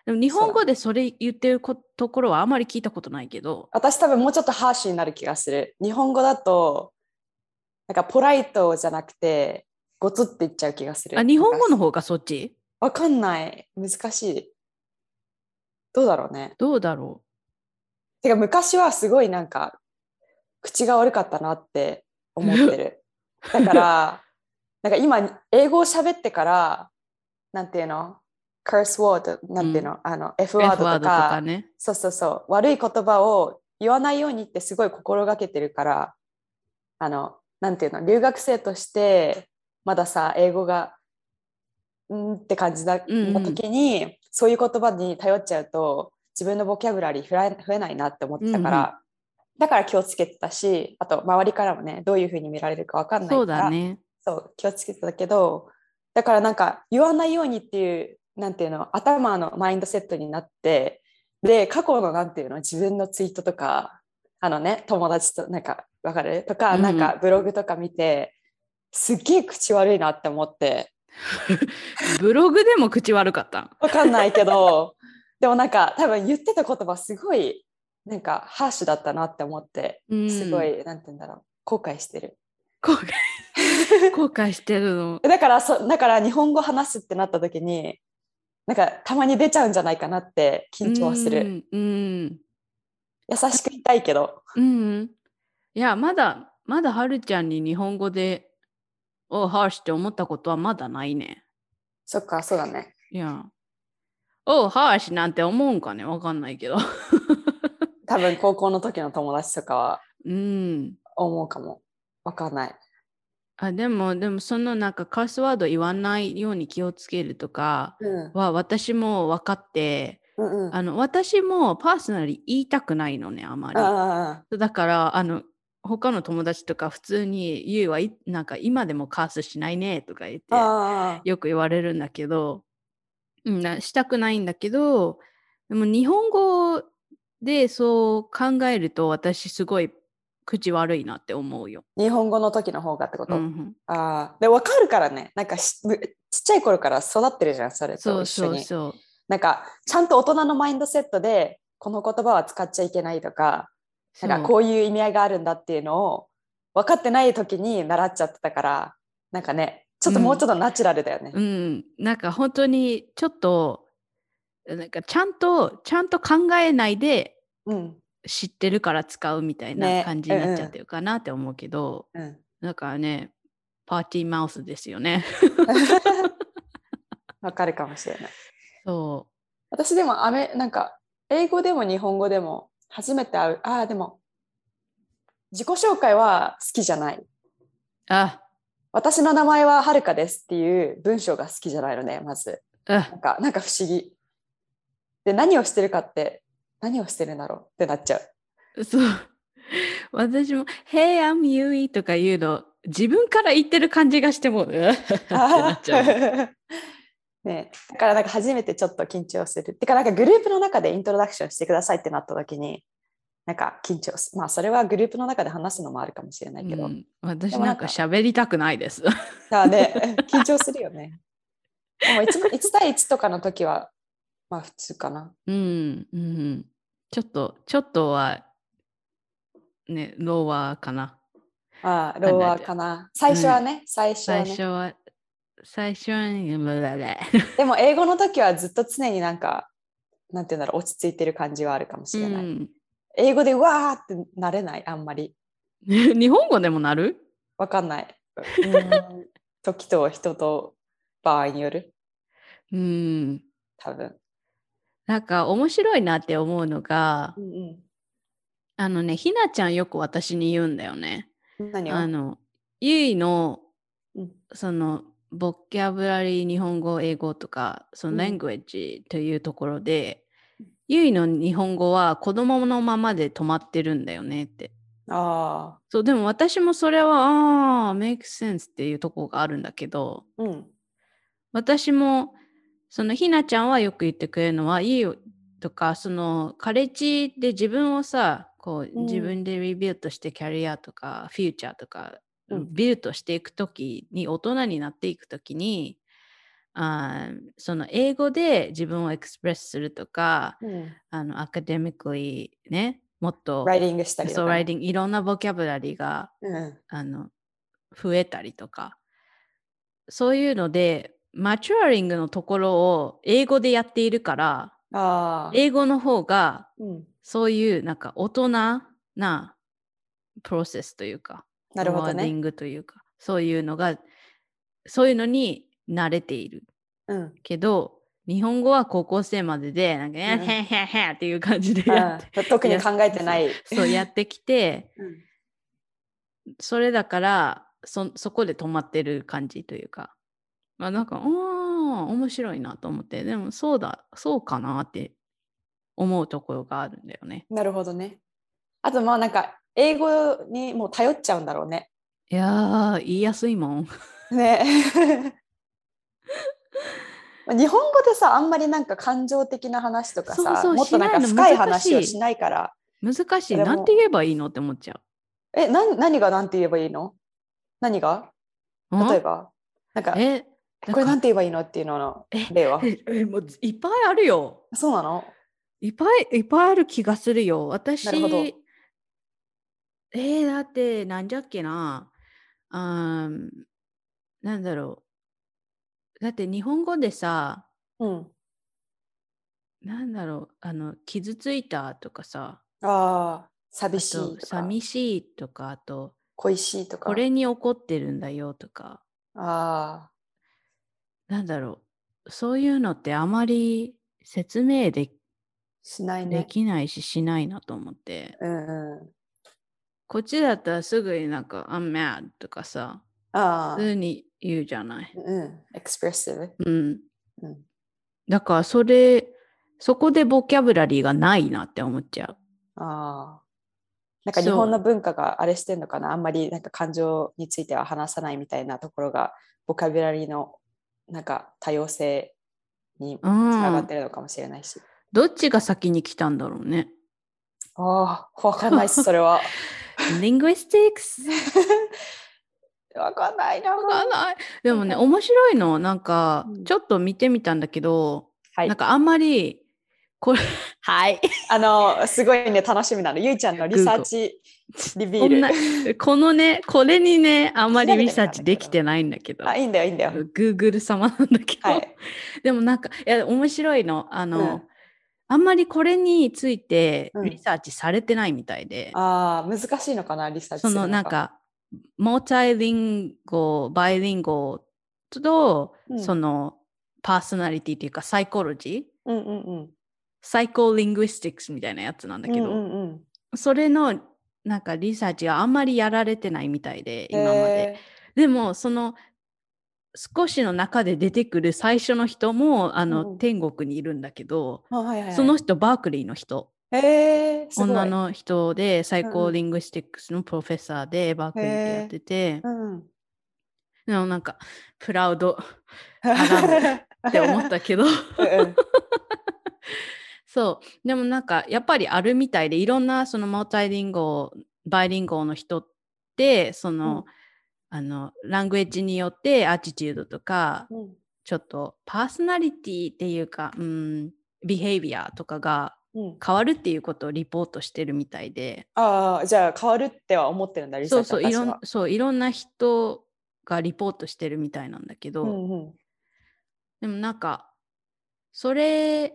Speaker 1: でも日本語でそれ言ってることころはあまり聞いたことないけど。
Speaker 2: 私多分もうちょっとハーシュになる気がする日本語だとなんかポライトじゃなくてゴツって言っちゃう気がする
Speaker 1: あ日本語の
Speaker 2: 方
Speaker 1: 方がそっち
Speaker 2: わかんない難しいどうだろうね
Speaker 1: どうだろ
Speaker 2: てか昔はすごいなんか口が悪かったなって思って [LAUGHS] るだからなんか今英語を喋ってからなんていうの curse word なんていうの、あの F
Speaker 1: う
Speaker 2: ワー
Speaker 1: ?F
Speaker 2: ド
Speaker 1: ワード
Speaker 2: と
Speaker 1: と
Speaker 2: か
Speaker 1: かね。
Speaker 2: そうそうそう悪い言葉を言わないようにってすごい心がけてるからあのなんていうの留学生としてまださ英語がうんって感じだった
Speaker 1: うんうん
Speaker 2: 時に、そういう言葉に頼っちゃうと自分のボキャブラリー増え増えないなって思ってたから、
Speaker 1: うんう
Speaker 2: だから気をつけてたしあと周りからもねどういうふうに見られるかわかんないから
Speaker 1: そうだね。
Speaker 2: そう気をつけてたけどだからなんか言わないようにっていうなんていうの頭のマインドセットになってで過去のなんていうの自分のツイートとかあのね友達となんかわかるとか、
Speaker 1: うんう
Speaker 2: なんんかブログとか見てすっげえ口悪いなって思って
Speaker 1: ブログでも口悪かった。
Speaker 2: わかんないけ
Speaker 1: [LAUGHS]
Speaker 2: どでもなんか多分言ってた言葉すごいなんかハーシュだったなって思って
Speaker 1: うん
Speaker 2: すごい、なんて言うんだろう後悔してる。
Speaker 1: 後悔 [LAUGHS] 後悔してるの。
Speaker 2: だからそだから日本語話すってなった時になんかたまに出ちゃうんじゃないかなって緊張はする
Speaker 1: うんうん
Speaker 2: 優しく言いたいけど
Speaker 1: うんうん。いやまだまだはるちゃんに日本語で「おハーシ」って思ったことはまだないね。
Speaker 2: そっかそうだね
Speaker 1: いや。おハーシなんて思うんかねわかんないけど。 [LAUGHS]
Speaker 2: 多分高校の時の友達とかは
Speaker 1: うん。
Speaker 2: 思うかもわかんない
Speaker 1: あでもでもそのなんかカースワード言わないように気をつけるとか
Speaker 2: うん
Speaker 1: は私も分かって
Speaker 2: うんうん
Speaker 1: あの私もパーソナリー言いたくないのねあまり。
Speaker 2: あ
Speaker 1: そうだからあの他の友達とか普通に「ゆいはいなんか今でもカースしないね」とか言っ
Speaker 2: あ
Speaker 1: て
Speaker 2: ああ
Speaker 1: よく言われるんだけど、うん、なしたくないんだけどでも日本語でそう考えると私すごい口悪いなって思うよ。
Speaker 2: 日本語の時の方がってこと、
Speaker 1: うんうん
Speaker 2: ああでわかるからねなんかしむちっちゃい頃から育ってるじゃんそれ
Speaker 1: そ
Speaker 2: と
Speaker 1: う
Speaker 2: 一緒に
Speaker 1: そうそう。
Speaker 2: なんかちゃんと大人のマインドセットでこの言葉は使っちゃいけないとかなんかこういう意味合いがあるんだっていうのを分かってない時に習っちゃってたからなんかねちょっと
Speaker 1: うん
Speaker 2: もうちょっとナチュラルだよね。
Speaker 1: うん、なんか本当にちょっとなんかちゃんとちゃんと考えないで
Speaker 2: うん、
Speaker 1: 知ってるから使うみたい
Speaker 2: ね
Speaker 1: な感じになっち
Speaker 2: うん
Speaker 1: ゃ
Speaker 2: うん
Speaker 1: ってるかなって思うけど、
Speaker 2: うん、 [LAUGHS]
Speaker 1: だからねパーティーマウスですよね [LAUGHS]
Speaker 2: 分かるかもしれない。
Speaker 1: そ
Speaker 2: 私でもあめなんか英語でも日本語でも初めて会うああでも自己紹介は好きじゃないう
Speaker 1: あ
Speaker 2: 私の名前ははるかですっていう文章が好きじゃないのねまず
Speaker 1: あ
Speaker 2: なんかなんか不思議で何をしてるかって何をしてるんだろうってなっちゃう
Speaker 1: そう私も「Hey I'm Yui」とか言うの自分から言ってる感じがしてもうってなっちゃう
Speaker 2: [LAUGHS] ねだからなんか初めてちょっと緊張する。てかなんかグループの中でイントロダクションしてくださいってなった時になんか緊張すまあそれはグループの中で話すのもあるかもしれないけど、
Speaker 1: うん私
Speaker 2: でも
Speaker 1: な
Speaker 2: なんん
Speaker 1: か
Speaker 2: か
Speaker 1: 喋りたくないです [LAUGHS]
Speaker 2: だからね [LAUGHS] 緊張するよね。でも
Speaker 1: [LAUGHS]
Speaker 2: 1, 対1とかの時はまあ普通かな。
Speaker 1: うんうんちょっとちょっとはねローワーかな
Speaker 2: ああローワーかな。最初はね、最初は
Speaker 1: 最
Speaker 2: ね
Speaker 1: 初。は最初はねブレブレ
Speaker 2: でも英語の時はずっと常になんかなんていうんだろう落ち着いてる感じはあるかもしれない。
Speaker 1: うん
Speaker 2: 英語でわーってなれないあんまり。
Speaker 1: [LAUGHS] 日本語でもなる
Speaker 2: わかんない。うん時と人と場合による、
Speaker 1: うん
Speaker 2: 多分。
Speaker 1: なんか面白いなって思うのが
Speaker 2: うん
Speaker 1: あのねひなちゃんよく私に言うんだよね
Speaker 2: うん、何を
Speaker 1: あのゆいの
Speaker 2: うん
Speaker 1: そのボキャブラリー、日本語、英語とか、その
Speaker 2: うん
Speaker 1: language というところで、ゆいの日本語は子供のままで止まってるんだよねって。
Speaker 2: ああ。
Speaker 1: そう、でも私もそれは、ああ、make sense っていうところがあるんだけど、
Speaker 2: うん。
Speaker 1: 私も、そのひなちゃんはよく言ってくれるのは、いいよとか、そのカレッジで自分をさ、こう
Speaker 2: うん
Speaker 1: 自分でリビルトしてキャリアとか、フューチャーとか、
Speaker 2: うん
Speaker 1: ビルトしていくときに、大人になっていくときに、あーその英語で自分をエクスプレスするとか、
Speaker 2: うん。
Speaker 1: あのアカデミックリーね、もっと、
Speaker 2: ライディングしたりとかね。
Speaker 1: そう、ライディング、いろんなボキャブラリーが
Speaker 2: うん。
Speaker 1: あの増えたりとかそういうのでマチュアリングのところを英語でやっているから
Speaker 2: ああ。
Speaker 1: 英語の方が
Speaker 2: うん。
Speaker 1: そういうなんか大人なプロセスというか
Speaker 2: なるほど
Speaker 1: ワーディ
Speaker 2: ね。
Speaker 1: ングというかそういうのがそういうのに慣れている
Speaker 2: うん。
Speaker 1: けど日本語は高校生まででなんか「へ
Speaker 2: うん
Speaker 1: へへへ」っていう感じでや
Speaker 2: あ
Speaker 1: って
Speaker 2: ー特に考えてない。
Speaker 1: そうやってきて
Speaker 2: うん
Speaker 1: それだからそそこで止まってる感じというかまあなんかあー面白いなと思ってでもそうだそうかなって思うところがあるんだよね
Speaker 2: なるほどね。あとまあなんか英語にもう頼っちゃうんだろうね。
Speaker 1: いやー言いやすいもん [LAUGHS]
Speaker 2: ね。日本語でさあんまりなんか感情的な話とかさ
Speaker 1: そうそう
Speaker 2: もっとなんか
Speaker 1: しないの
Speaker 2: 深い話を
Speaker 1: 難しい
Speaker 2: しないから
Speaker 1: 難しい
Speaker 2: でも
Speaker 1: なんて言えばいいのって思っちゃ
Speaker 2: えなん何が何て言えばいいの何が
Speaker 1: ううん
Speaker 2: 例えばなんか
Speaker 1: え
Speaker 2: これなん
Speaker 1: て
Speaker 2: て言えばいいのっていうのの
Speaker 1: え
Speaker 2: 例は
Speaker 1: もういっぱいあるよ
Speaker 2: そうなの
Speaker 1: いっぱいいっぱいある気がするよ。私、
Speaker 2: るほど
Speaker 1: えー、だって、なんじゃっけな。あーなんだろう。だって、日本語でさ、
Speaker 2: うん
Speaker 1: なんだろう、あの、傷ついたとかさ、
Speaker 2: ああ
Speaker 1: あ
Speaker 2: 寂しい
Speaker 1: と、
Speaker 2: とか
Speaker 1: 寂しいとか、あと、
Speaker 2: 恋しいとか
Speaker 1: これに怒ってるんだよとか、
Speaker 2: ああ
Speaker 1: なんだろう。そういうのってあまり説明で
Speaker 2: しない
Speaker 1: で
Speaker 2: ね
Speaker 1: きないし、しないなと思って。
Speaker 2: うんうん
Speaker 1: こっちだったらすぐになんか、I'm mad とかさ、
Speaker 2: ああ
Speaker 1: 普通に言うじゃない。
Speaker 2: うんエクスプレッシブ
Speaker 1: うん。
Speaker 2: うん
Speaker 1: だからそれ、そこでボキャブラリーがないなって思っちゃう。
Speaker 2: ああ。なんか
Speaker 1: そう
Speaker 2: 日本の文化があれしてんのかなあんまりなんか感情については話さないみたいなところがボカビラリーのなんか多様性につ
Speaker 1: う
Speaker 2: ながっ
Speaker 1: ん
Speaker 2: て。るのかもしれないし。
Speaker 1: どっちが先に来たんだろうね。
Speaker 2: ああ、わかんないっ
Speaker 1: [LAUGHS]
Speaker 2: す、それは。
Speaker 1: Linguistics?
Speaker 2: わかんないな。
Speaker 1: わかんない。でもね、
Speaker 2: わかん
Speaker 1: 面白いの、なんか
Speaker 2: う、ん
Speaker 1: ちょっと見てみたんだけど、
Speaker 2: はい
Speaker 1: なんかあんまり、これ、はい。
Speaker 2: あの、すごいね、楽しみなの。ゆいちゃんのリサーチリビール。
Speaker 1: このね、これにね、あんまりリサーチ
Speaker 2: 調べ
Speaker 1: で
Speaker 2: てみたんだけど
Speaker 1: きてないんだけど、
Speaker 2: あ、いいんだよ、いいんだよ。
Speaker 1: Google 様なんだけど、
Speaker 2: はい。
Speaker 1: [LAUGHS] でもなんか、いや、面白いの。あの、
Speaker 2: うん
Speaker 1: あんまりこれについて
Speaker 2: うん
Speaker 1: リサーチされてないみたいで、
Speaker 2: ああ、難しいのかな、リサーチす
Speaker 1: そ
Speaker 2: る
Speaker 1: のなん、か、モータイリンゴ、バイリンゴと、
Speaker 2: うん
Speaker 1: そのパーソナリティっていうかサイコロジー、
Speaker 2: うんうんうん。
Speaker 1: サイコリングスティックスみたいなやつなんだけど、
Speaker 2: うんうんうん、
Speaker 1: それのなんかリサーチがあんまりやられてないみたいで、今まで。
Speaker 2: え
Speaker 1: でもその少しの中で出てくる最初の人もあの、
Speaker 2: うん
Speaker 1: 天国にいるんだけど、
Speaker 2: ーあはいはいはい、
Speaker 1: その人バークリーの人
Speaker 2: えー、すごい
Speaker 1: 女の人でサイ
Speaker 2: うん
Speaker 1: コ
Speaker 2: うん
Speaker 1: リングスティックスのプロフェッサーでバークリーでやってて、
Speaker 2: うん。
Speaker 1: でもなんかプラウドラって思った
Speaker 2: [LAUGHS]
Speaker 1: けど
Speaker 2: うん
Speaker 1: そうでもなんかやっぱりあるみたいでいろんなそのマルタイリンゴバイリンゴの人ってその、あのラングエッジによってアチチュードとか [LAUGHS]
Speaker 2: うんうん
Speaker 1: ちょっとパーソナリティっていうかうんビヘイビアとかが
Speaker 2: うん
Speaker 1: 変わるっていうことをリポートしてるみたいで。
Speaker 2: ああ、じゃあ変わるっては思ってるんだ、リサ
Speaker 1: そ
Speaker 2: ー
Speaker 1: うそうい
Speaker 2: チ
Speaker 1: ろん
Speaker 2: 私は
Speaker 1: そういろんな人がリポートしてるみたいなんだけど、
Speaker 2: うんうん
Speaker 1: でもなんかそれ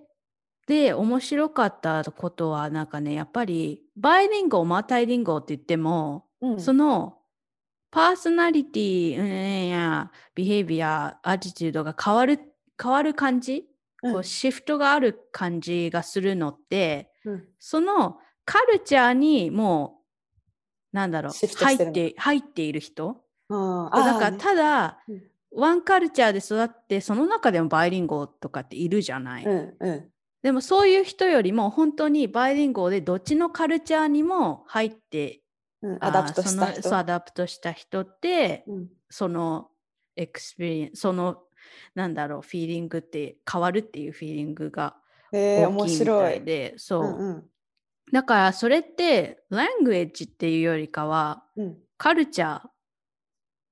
Speaker 1: で面白かったことはなんかねやっぱりバイリンゴマータイリンゴって言っても、
Speaker 2: うん
Speaker 1: そのパーソナリティうんやビヘイビアアティチュードが変わる変わる感じ、
Speaker 2: うん
Speaker 1: こうシフトがある感じがするのって
Speaker 2: うん
Speaker 1: そのカルチャーにもうなんだろ
Speaker 2: シフ
Speaker 1: う
Speaker 2: トし
Speaker 1: 入
Speaker 2: てるの
Speaker 1: って入っている人
Speaker 2: うんあ
Speaker 1: だか
Speaker 2: ー
Speaker 1: ら
Speaker 2: ね
Speaker 1: ただ、
Speaker 2: うん
Speaker 1: ワンカルチャーで育ってその中でもバイリンゴとかっているじゃない、
Speaker 2: うんう
Speaker 1: でもそういう人よりも本当にバイリンゴでどっちのカルチャーにも入って
Speaker 2: んうん。アダプト
Speaker 1: あー
Speaker 2: した
Speaker 1: そのそうア
Speaker 2: 人。
Speaker 1: ダプトした人って
Speaker 2: うん
Speaker 1: そのエクスペリエンそのなんだろうフィーリングって変わるっていうフィーリングが
Speaker 2: え
Speaker 1: 大
Speaker 2: ー、面
Speaker 1: きいみた
Speaker 2: 白
Speaker 1: い
Speaker 2: い。
Speaker 1: で、そうう、
Speaker 2: んうん
Speaker 1: だからそれってラングエッジっていうよりかは
Speaker 2: うん。
Speaker 1: カルチャー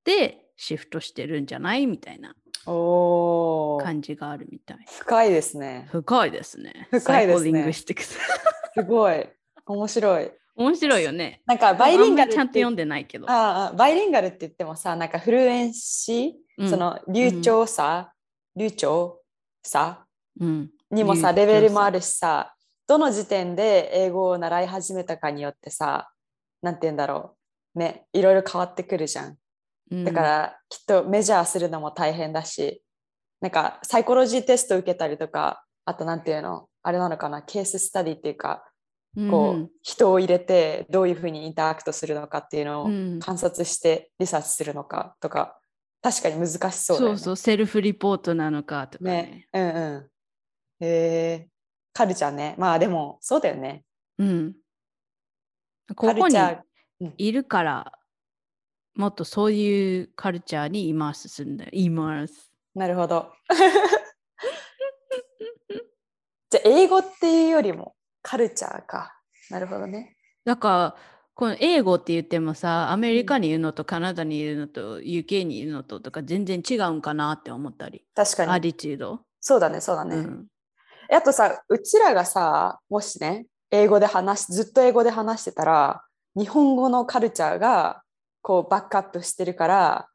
Speaker 1: でシフトしてるんじゃないみたいな
Speaker 2: おー
Speaker 1: 感じがあるみたい。
Speaker 2: 深いですね。
Speaker 1: 深いですね。
Speaker 2: 深い
Speaker 1: サイ
Speaker 2: ですね
Speaker 1: コリングしてくさ
Speaker 2: すごい。面白い。
Speaker 1: [LAUGHS] 面白いよね。
Speaker 2: なんかバイリンガル
Speaker 1: あんまり
Speaker 2: っ
Speaker 1: ちゃんと
Speaker 2: て
Speaker 1: 読んでないけど。
Speaker 2: ああバイリンガルって言ってもさなんかフルエンシー、
Speaker 1: うん
Speaker 2: その流暢さ、流暢さ
Speaker 1: うん。
Speaker 2: にもさ
Speaker 1: 流暢
Speaker 2: レ
Speaker 1: さ
Speaker 2: ベルもあるしさどの時点で英語を習い始めたかによってさなんて言うんだろうねいろいろ変わってくるじゃん
Speaker 1: うん
Speaker 2: だから、きっとメジャーするのも大変だしなんかサイコロジーテスト受けたりとかあとなんていうのあれなのかなケーススタディっていうかこう、人を入れてどういうふうにインタラクトするのかっていうのを、
Speaker 1: んん
Speaker 2: 観察してリサーチするのかとか確かに難しそうだ
Speaker 1: そ
Speaker 2: よね。
Speaker 1: うそう、セルフリポートなのかとかね
Speaker 2: ね。うんうん。へえカルチャーね。まあでもそうだよね。
Speaker 1: うん。こ
Speaker 2: カ
Speaker 1: こ
Speaker 2: ルチ
Speaker 1: に
Speaker 2: ャー
Speaker 1: いるから、もっとそういうカルチャーにイマースするんだよ。イマース。
Speaker 2: なるほど。 [LAUGHS] じゃあ英語っていうよりもカルチャーか。なるほどね。
Speaker 1: だから、この英語って言ってもさ、アメリカにいるのとカナダにいるのと UK にいるのととか全然違うんかなって思ったり、
Speaker 2: 確か
Speaker 1: ア
Speaker 2: に。
Speaker 1: ディチュード。
Speaker 2: そうだねそうだね、
Speaker 1: うん
Speaker 2: えあとさうちらがさもしね英語で話しずっと英語で話してたら日本語のカルチャーがこうバックアップしてるから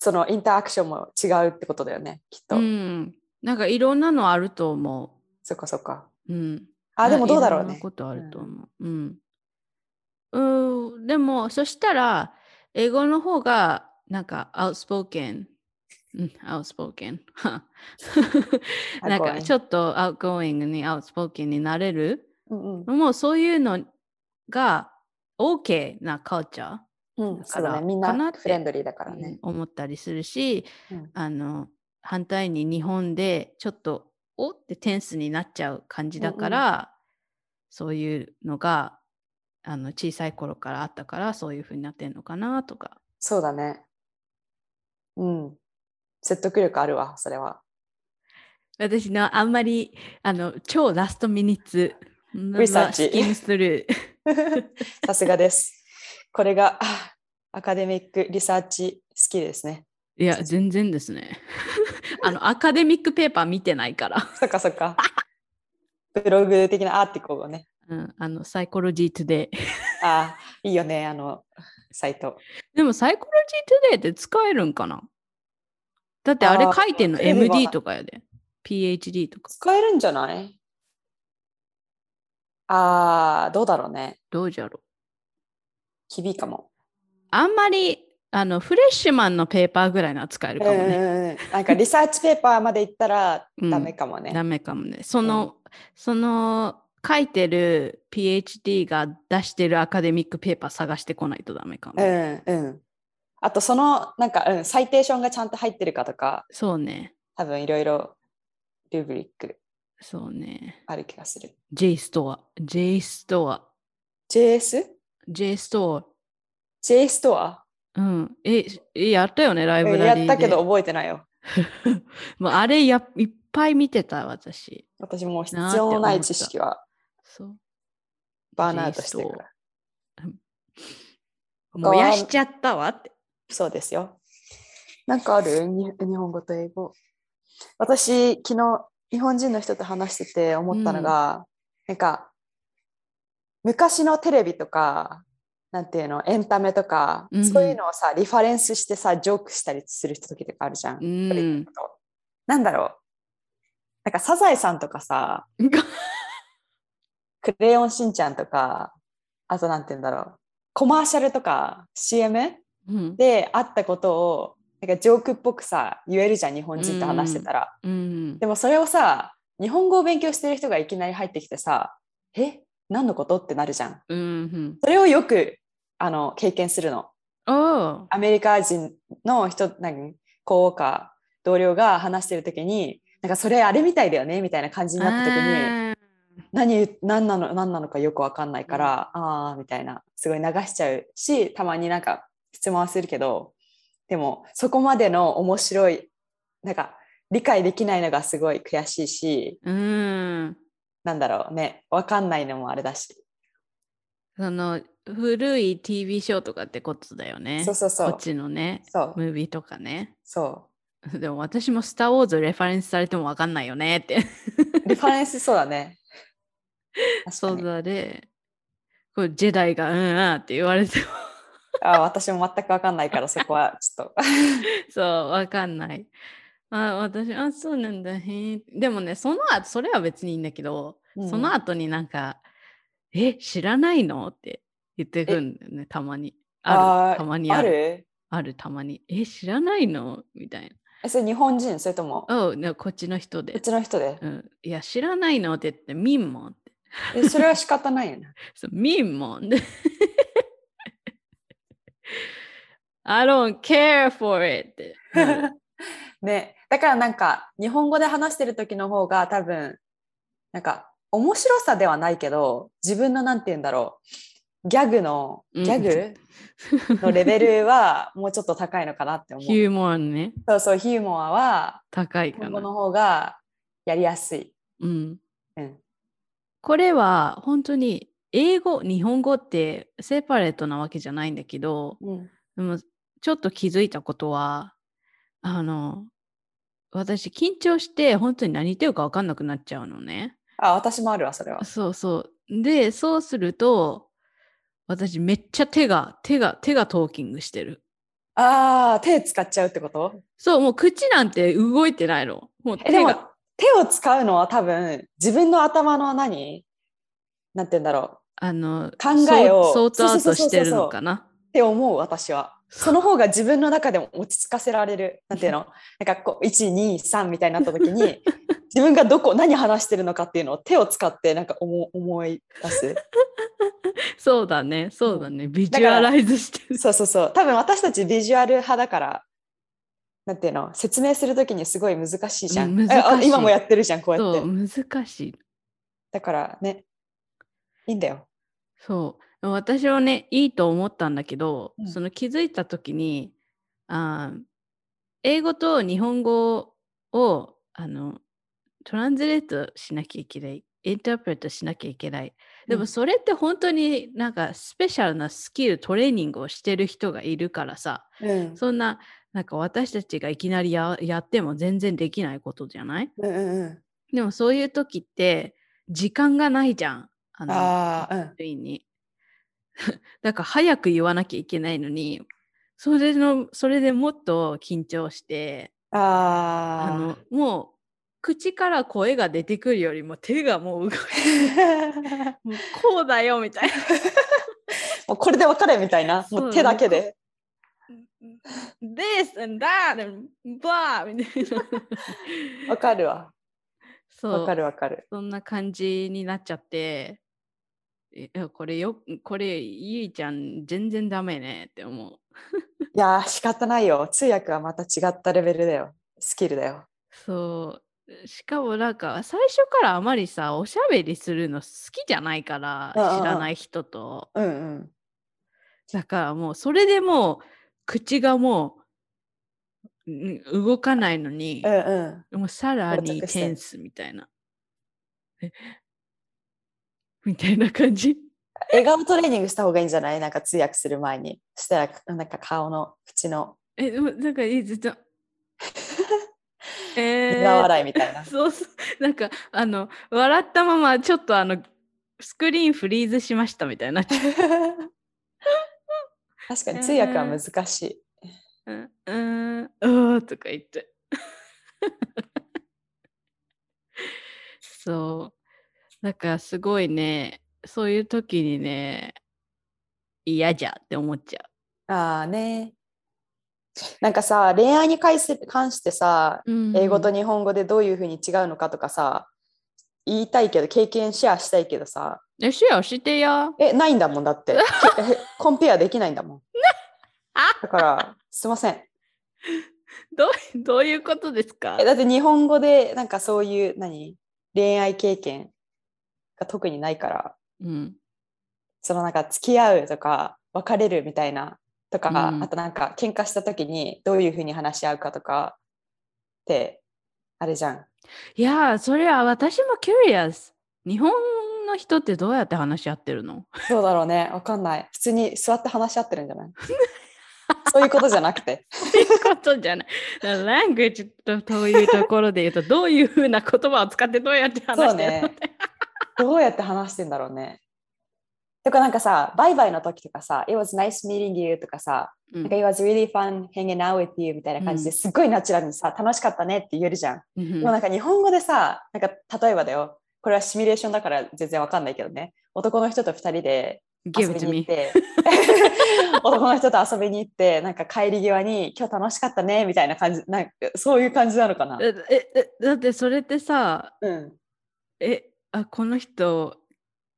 Speaker 2: そのインタアクションも違うってことだよねきっと、
Speaker 1: うん。なんかいろんなのあると思
Speaker 2: そっかそっか
Speaker 1: う。うん。
Speaker 2: あでもどうだろう
Speaker 1: いろん
Speaker 2: ね
Speaker 1: なことあると思う。うん。うん、でも、そしたら、英語の方が、なんか、アウスポーケン。うん、アウスポーケン。なんか、ち
Speaker 2: ょっ
Speaker 1: ょっとアウトゴーイングにアウスポーケンになれる。
Speaker 2: と、うん
Speaker 1: もう、そういうのが、OK なカルチャー。
Speaker 2: うんう
Speaker 1: だ
Speaker 2: ん、
Speaker 1: か
Speaker 2: そう
Speaker 1: ら
Speaker 2: だねみん
Speaker 1: かなっ
Speaker 2: な
Speaker 1: て
Speaker 2: フレンドリーだから
Speaker 1: うん
Speaker 2: ね、
Speaker 1: 思ったりするし、
Speaker 2: うん
Speaker 1: あの反対に日本でちょっとおってテンスになっちゃう感じだから、そういうのがあの小さい頃からあったからそういう風になってんのかなとか
Speaker 2: そうだねうん説得力あるわそれは
Speaker 1: 私のあんまりあの超ラストミニッツリ
Speaker 2: サーチ
Speaker 1: キムする
Speaker 2: さすがです。これがあアカデミックリサーチ好きですね。
Speaker 1: い
Speaker 2: [LAUGHS]
Speaker 1: や全然ですね [LAUGHS] あのアカデミックペーパー見てないから、
Speaker 2: そっかそっか。ブログ的なアーティコルをね。
Speaker 1: うん、あのサイコロジートゥデイ
Speaker 2: あいいよね、あのサイト。
Speaker 1: でもサイコロジートゥデイって使えるんかなだってあれ
Speaker 2: あー
Speaker 1: 書いてんの
Speaker 2: テレビは
Speaker 1: MD とかやで。PhD とか。
Speaker 2: 使えるんじゃないああ、どうだろうね。
Speaker 1: どうじゃろう。
Speaker 2: 響くかも。
Speaker 1: あんまりあのフレッシュマンのペーパーぐらいなら使えるかも
Speaker 2: うん
Speaker 1: ね。
Speaker 2: うんうんなんかリサーチペーパーまで行ったら
Speaker 1: うん
Speaker 2: ダメかもね。
Speaker 1: ダメかもね。その、その書いてる PhD が出してるアカデミックペーパー探してこないとダメかも、
Speaker 2: う
Speaker 1: ね
Speaker 2: んうん。あとそのなんか、うん、サイテーションがちゃんと入ってるかとか
Speaker 1: そうね。
Speaker 2: 多分いろいろルブリック
Speaker 1: そうね。
Speaker 2: ある気がする。
Speaker 1: J ストア。J ストア。
Speaker 2: JS?
Speaker 1: J スト
Speaker 2: J ストア
Speaker 1: ア。うん。え、えやったよね、ライブラリーで。
Speaker 2: やったけど覚えてないよ。
Speaker 1: もうあれやいっぱい見てた私。
Speaker 2: 私もう必要のない知識は
Speaker 1: そう。
Speaker 2: バーナーとしてるから。
Speaker 1: もうやしちゃったわって。
Speaker 2: そうですよ。なんかあるに日本語と英語。私、昨日日本人の人と話してて思ったのが、なんか昔のテレビとか、なんていうの、エンタメとか、
Speaker 1: うんうん
Speaker 2: そういうのをさ、リファレンスしてさ、ジョークしたりする人とかあるじゃん。
Speaker 1: うん。
Speaker 2: なんだろう。なんかサザエさんとかさ、クレヨンしんちゃんとか、あとなんて言うんだろう、コマーシャルとか CM
Speaker 1: うん。
Speaker 2: であったことを、なんかジョークっぽくさ、言えるじゃん、日本人と話してたら。
Speaker 1: うん
Speaker 2: でもそれをさ、日本語を勉強してる人がいきなり入ってきてさ、え何のことってなるじゃん。
Speaker 1: うん。
Speaker 2: それをよくあの経験するの。
Speaker 1: お
Speaker 2: アメリカ人の人、何コーか同僚が話してる時になんかそれあれみたいだよねみたいな感じになった時に
Speaker 1: あー
Speaker 2: 何何なの何なのかよく分かんないから、ああみたいなすごい流しちゃうしたまになんか質問はするけどでもそこまでの面白いなんか理解できないのがすごい悔しいし
Speaker 1: うん。
Speaker 2: なんだろうね分かんないのもあれだし、
Speaker 1: その古い TV ショーとかってことだよね。
Speaker 2: そうそうそ
Speaker 1: こ
Speaker 2: う
Speaker 1: っちのね、
Speaker 2: そう
Speaker 1: ムービーとかね。
Speaker 2: そ
Speaker 1: でも私も「スター・ウォーズ」レファレンスされてもわかんないよねって。
Speaker 2: うリファレンスそうだね確か
Speaker 1: そう
Speaker 2: に
Speaker 1: だで、こうジェダイが「うんうん」って言われても
Speaker 2: あー私も全く分かんないからそこはちょ
Speaker 1: [LAUGHS]
Speaker 2: っと
Speaker 1: そうわかんない。あ私あそうなんだへえでもねその後それは別にいいんだけど、
Speaker 2: うん
Speaker 1: その後になんか「え知らないの?」って言ってくるんだよねたまに。あ
Speaker 2: あ
Speaker 1: る
Speaker 2: ー
Speaker 1: たまに
Speaker 2: あ
Speaker 1: ある
Speaker 2: る
Speaker 1: あるたまに「え知らないの?」みたいな。
Speaker 2: えそれ日本人それとも
Speaker 1: おうねこっちの人
Speaker 2: う
Speaker 1: で。
Speaker 2: ちの人で
Speaker 1: うん、いや知らないのって言って「みんもん」って。
Speaker 2: えそれは仕方ないよね
Speaker 1: そう、みんもんで。I don't care for it ってな
Speaker 2: [LAUGHS]
Speaker 1: る。 [LAUGHS]
Speaker 2: ね、だからなんか日本語で話してる時の方が多分なんか面白さではないけど自分のなんて言うんだろうギャグの
Speaker 1: う
Speaker 2: ギ
Speaker 1: ん
Speaker 2: ャグのレベルは [LAUGHS] もうちょっと高いのかなって思
Speaker 1: [LAUGHS]
Speaker 2: う。
Speaker 1: ヒューモアね、
Speaker 2: そうそうヒューモアは
Speaker 1: 高い
Speaker 2: 日
Speaker 1: か
Speaker 2: 本語
Speaker 1: ら。
Speaker 2: の方がやりやすい。
Speaker 1: うん。
Speaker 2: うん、
Speaker 1: これは本当に英語、日本語ってセパレートなわけじゃないんだけど、
Speaker 2: うん、
Speaker 1: でもちょっと気づいたことは、あの、私緊張して本当に何言ってるか分かんなくなっちゃうのね。
Speaker 2: あ私もあるわそれは。
Speaker 1: そうそう。で、そうすると、私めっちゃ手が、手が、手がトーキングしてる。
Speaker 2: ああ手使っちゃうってこと
Speaker 1: そう、もう口なんて動いてないの。もう
Speaker 2: えで
Speaker 1: 手
Speaker 2: も
Speaker 1: が。
Speaker 2: 手を使うのは多分自分の頭の何なんて言うんだろう
Speaker 1: あの
Speaker 2: 考えを
Speaker 1: ソーソートアウ
Speaker 2: そ
Speaker 1: ト
Speaker 2: うそうそうそうそう
Speaker 1: してるのかな。
Speaker 2: って思う私はその方が自分の中でも落ち着かせられる [LAUGHS] なんていうのなんかこう123みたいになった時に [LAUGHS] 自分がどこ何話してるのかっていうのを手を使ってなんか思思い出 [LAUGHS] す
Speaker 1: そうだね、そうだね。ビジュアライズしてる。
Speaker 2: そうそうそう多分私たちビジュアル派だからなんていうの説明する時にすごい難しいじゃん、
Speaker 1: うん
Speaker 2: えあ
Speaker 1: 難しい
Speaker 2: 今もやってるじゃんこうや
Speaker 1: そ
Speaker 2: って
Speaker 1: う、難しい。
Speaker 2: だからねいいんだよ
Speaker 1: そう。私はね、いいと思ったんだけど、
Speaker 2: うん
Speaker 1: その気づいた時に、あー英語と日本語をあのトランスレートしなきゃいけない。インタープレートしなきゃいけない。で
Speaker 2: う
Speaker 1: も
Speaker 2: ん
Speaker 1: それって本当になんかスペシャルなスキル、トレーニングをしてる人がいるからさ、
Speaker 2: うん
Speaker 1: そんな、なんか私たちがいきなりややっても全然できないことじゃない
Speaker 2: うんうんうん
Speaker 1: でもそういう時って時間がないじゃん。あの、
Speaker 2: あーうん
Speaker 1: ついに。 [LAUGHS] だから早く言わなきゃいけないのに、それの、それでもっと緊張して、あ
Speaker 2: あ
Speaker 1: の、もう、口から声が出てくるよりも手がもう動い
Speaker 2: ー
Speaker 1: もうこうだよみたい
Speaker 2: [LAUGHS] もうこれで分かれみたいな
Speaker 1: そう
Speaker 2: もう手だけで
Speaker 1: な。This and that and blah! みたいな。
Speaker 2: 分かる [LAUGHS] わ
Speaker 1: [LAUGHS] そう。
Speaker 2: 分かる分かる
Speaker 1: そんな感じになっちゃって、えいやこれよ、これ、ゆいちゃん、全然ダメねって思う。
Speaker 2: いやー仕方ないよ通訳はまた違ったレベルだよスキルだよ
Speaker 1: そう。しかもなんか最初からあまりさおしゃべりするの好きじゃないから
Speaker 2: うんうんうん
Speaker 1: 知らない人と
Speaker 2: うんうん
Speaker 1: だからもうそれでもう口がもうん動かないのに
Speaker 2: うんうん
Speaker 1: もうさらに
Speaker 2: 到着して
Speaker 1: テンスみたいなえみたいな感じ
Speaker 2: 笑顔トレーニングした方がいいんじゃないなんか通訳する前にそしたらなんか顔の口の
Speaker 1: えでもなんかいいずっ
Speaker 2: [LAUGHS]
Speaker 1: とえ
Speaker 2: 苦笑いみたいな、 [LAUGHS]
Speaker 1: そうそうなんかあの笑ったままちょっとあのスクリーンフリーズしましたみたいになっちゃう
Speaker 2: 確かに通訳は難しい
Speaker 1: うんうんうーとか言って。そう。だからすごいね、そういう時にね、嫌じゃって思っちゃ
Speaker 2: ああねなんかさ恋愛に関して関してさ
Speaker 1: う。
Speaker 2: 英語と
Speaker 1: に。
Speaker 2: 日本語でどういうふうに違うのかとかさ言いたいけど経験シェアしたいけどさ
Speaker 1: え、シェアしてや。
Speaker 2: えないんだもんだ
Speaker 1: [LAUGHS]
Speaker 2: ってけえコンペアできないんだもんだからすいません
Speaker 1: どうどういうことですか
Speaker 2: えだって日本語でなんかそういう何恋愛経験が特にないから
Speaker 1: うん。
Speaker 2: そのなんか付き合うとか別れるみたいなとか、
Speaker 1: うん
Speaker 2: あとなんか喧嘩した時にどういうふうに話し合うかとかってあれじゃん。
Speaker 1: いやー、それは私も curious。日本の人ってどうやって話し合ってるの
Speaker 2: どうだろうねわかんない。普通に座って話し合ってるんじ
Speaker 1: [LAUGHS]
Speaker 2: ゃないそういうことじゃなくて。
Speaker 1: っていうことじゃない。だからラングエッジとというところで言うと、どういうふうな言葉を使ってどうやって話
Speaker 2: そう
Speaker 1: してるの、
Speaker 2: ね。どうやって話してんだろうね。とかなんかさ、バイバイの時とかさ、It was nice meeting you とかさ、
Speaker 1: う
Speaker 2: なん
Speaker 1: ん
Speaker 2: か It was really fun hanging out with you みたいな感じで
Speaker 1: うん
Speaker 2: すっごいナチュラルにさ、楽しかったねって言えるじゃん。
Speaker 1: うん
Speaker 2: でもなんか日本語でさ、なんか例えばだよ、これはシミュレーションだから全然わかんないけどね、男の人と2人で遊
Speaker 1: Give
Speaker 2: び
Speaker 1: it to
Speaker 2: に行っ
Speaker 1: me.
Speaker 2: て、 [LAUGHS] 男の人と遊びに行って、なんか帰り際に今日楽しかったねみたいな感じ、なんかそういう感じなのかな。
Speaker 1: えええだってそれってさ、
Speaker 2: うん、
Speaker 1: え、あこの人、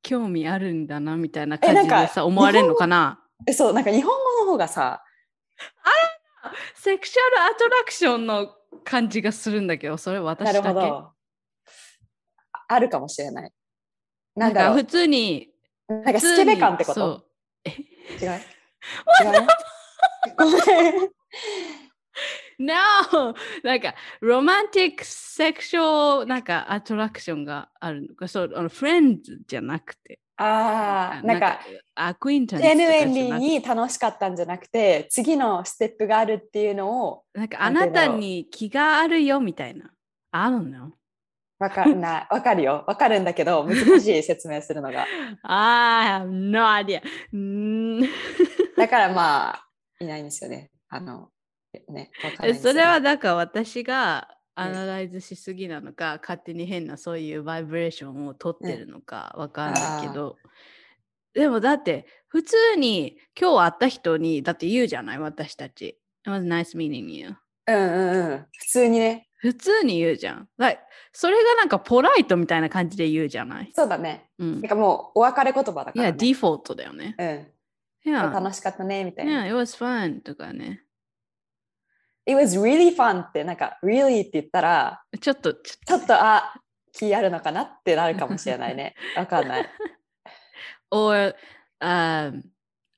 Speaker 1: 興味あるんだなみたいな
Speaker 2: え
Speaker 1: 感
Speaker 2: なん
Speaker 1: じ
Speaker 2: か
Speaker 1: でさ、思われるのかな
Speaker 2: えそう、なんか日本語の方がさ、
Speaker 1: セクシャルアトラクションの感じがするんだけど、それ私だ
Speaker 2: なる
Speaker 1: け。
Speaker 2: ほど。ああるかもしれない。な
Speaker 1: なんん
Speaker 2: だ
Speaker 1: か
Speaker 2: ろ
Speaker 1: 普通に
Speaker 2: う。なんかスケベ感ってこ
Speaker 1: そ
Speaker 2: と
Speaker 1: う [LAUGHS]
Speaker 2: 違う違うごめん
Speaker 1: No! [LAUGHS] なんか、ロマンティック、セクシュアル、なんか、アトラクションがあるのか、そう、あの、フレンズじゃなくて。
Speaker 2: ああ、なんか、、
Speaker 1: アクインタンスとかじゃなくて。
Speaker 2: genuinely に楽しかったんじゃなくて、次のステップがあるっていうのを
Speaker 1: なんか、
Speaker 2: な
Speaker 1: あ
Speaker 2: んてい
Speaker 1: な
Speaker 2: うんだ
Speaker 1: た
Speaker 2: ろう
Speaker 1: に気があるよ、みたいな。I don't know. [LAUGHS]
Speaker 2: わかんない。わかるよ。わかるんだけど、難しい説明する
Speaker 1: [LAUGHS]
Speaker 2: のが。
Speaker 1: I have no idea. んー
Speaker 2: だからまあ、いないんですよね。あの、ね、わかんないんですよ
Speaker 1: それは、
Speaker 2: ね、
Speaker 1: だから私が、
Speaker 2: うん
Speaker 1: アナライズしすぎなのか、勝手に変なそういうバイブレーションを取ってるのかわかんないけど、でもだって普通に今日会った人にだって言うじゃない私たち。It was nice meeting you.
Speaker 2: うんうんうん。普通にね、
Speaker 1: 普通に言うじゃん。Like それがなんかポライトみたいな感じで言うじゃない。
Speaker 2: そうだね。
Speaker 1: うん
Speaker 2: なん。かもう、お別れ言葉だから、
Speaker 1: い
Speaker 2: ね。
Speaker 1: や、デフォートだよね。
Speaker 2: うん。
Speaker 1: Yeah,
Speaker 2: 楽しかったね、みたいな。
Speaker 1: yeah, it was fun とかね。
Speaker 2: It was really fun ってなんか really って言ったら
Speaker 1: ちょっと、ちょっと
Speaker 2: ちょっとあ気あるのかなってなるかもしれな
Speaker 1: [LAUGHS]
Speaker 2: いね。わかんない。
Speaker 1: or、um,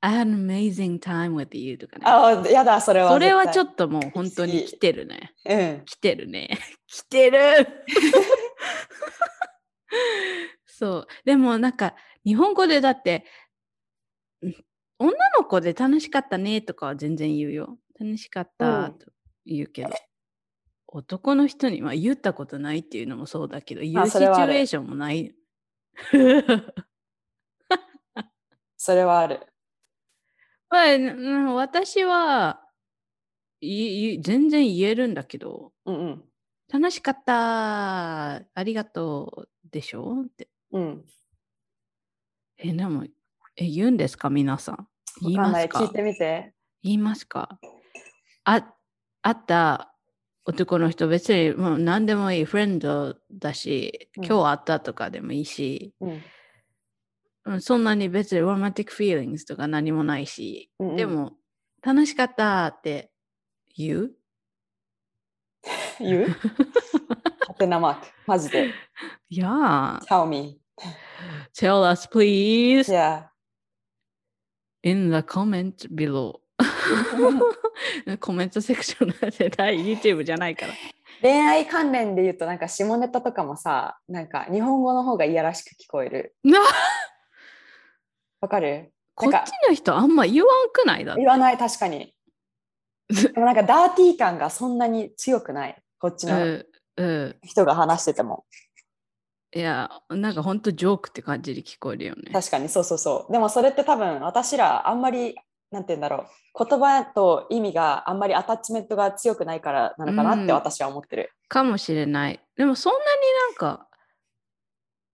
Speaker 1: I had an amazing time with you とかね。
Speaker 2: あやだそれは。
Speaker 1: それはちょ
Speaker 2: っ
Speaker 1: っともう本当に来てるね。
Speaker 2: と。うん。
Speaker 1: 来てるね。来てるそう。でもなんか日本語でだってん女の子で楽しかったねとかは全然言うよ。楽しかっ
Speaker 2: う
Speaker 1: た
Speaker 2: ん
Speaker 1: と言うけど。男の人には言ったことないっていうのもそうだけど、言
Speaker 2: あ
Speaker 1: うシチ
Speaker 2: それはあ
Speaker 1: ュ
Speaker 2: る
Speaker 1: エーションも
Speaker 2: [LAUGHS]
Speaker 1: ない。
Speaker 2: それはある。
Speaker 1: まあ、うん私はいい全然言えるんだけど、
Speaker 2: うんうん。
Speaker 1: 楽しかったありがとうでしょって。
Speaker 2: うん。
Speaker 1: え、でも、え、言うんですか皆さん。言い
Speaker 2: わかん
Speaker 1: ま
Speaker 2: ない。
Speaker 1: す
Speaker 2: 聞い
Speaker 1: か
Speaker 2: てみて。
Speaker 1: 言いますかあ、あった男の人、別にもう何でもいい、フレンドだし、
Speaker 2: うん
Speaker 1: 今日会ったとかでもいいし、
Speaker 2: うん。
Speaker 1: うん、そんなに別にロマンティックフィーリングスとか何もないし、
Speaker 2: うんうん
Speaker 1: でも、楽しかったって言う [LAUGHS]
Speaker 2: 言う？ハテナマーク。マジで。
Speaker 1: ?Yeah.
Speaker 2: Tell me.
Speaker 1: Tell us please.
Speaker 2: Yeah.
Speaker 1: [LAUGHS] in the comment below コメントセクションなんてない YouTube じゃない
Speaker 2: [LAUGHS]
Speaker 1: から。
Speaker 2: 恋愛関連で言うとなんか下ネタとかもさなんか日本語の方がいやらしく聞こえる。
Speaker 1: な
Speaker 2: わかる？な
Speaker 1: こ
Speaker 2: ん
Speaker 1: っ
Speaker 2: か
Speaker 1: ちの人あんま言わんくないだって
Speaker 2: 言わない確か [LAUGHS] にでもなんかダーティー感がそんなに強くないこっちの
Speaker 1: うんう
Speaker 2: 人が話してても、
Speaker 1: ん。いや、なんかほんとジョークって感じで聞こえるよね。
Speaker 2: 確かにそうそうそうでもそれって多分私らあんまりなんて言うんだろう言葉と意味があんまりアタッチメントが強くないからなのかなっ
Speaker 1: う
Speaker 2: て
Speaker 1: ん
Speaker 2: 私は思ってる、
Speaker 1: かもしれない。でもそんなになんか、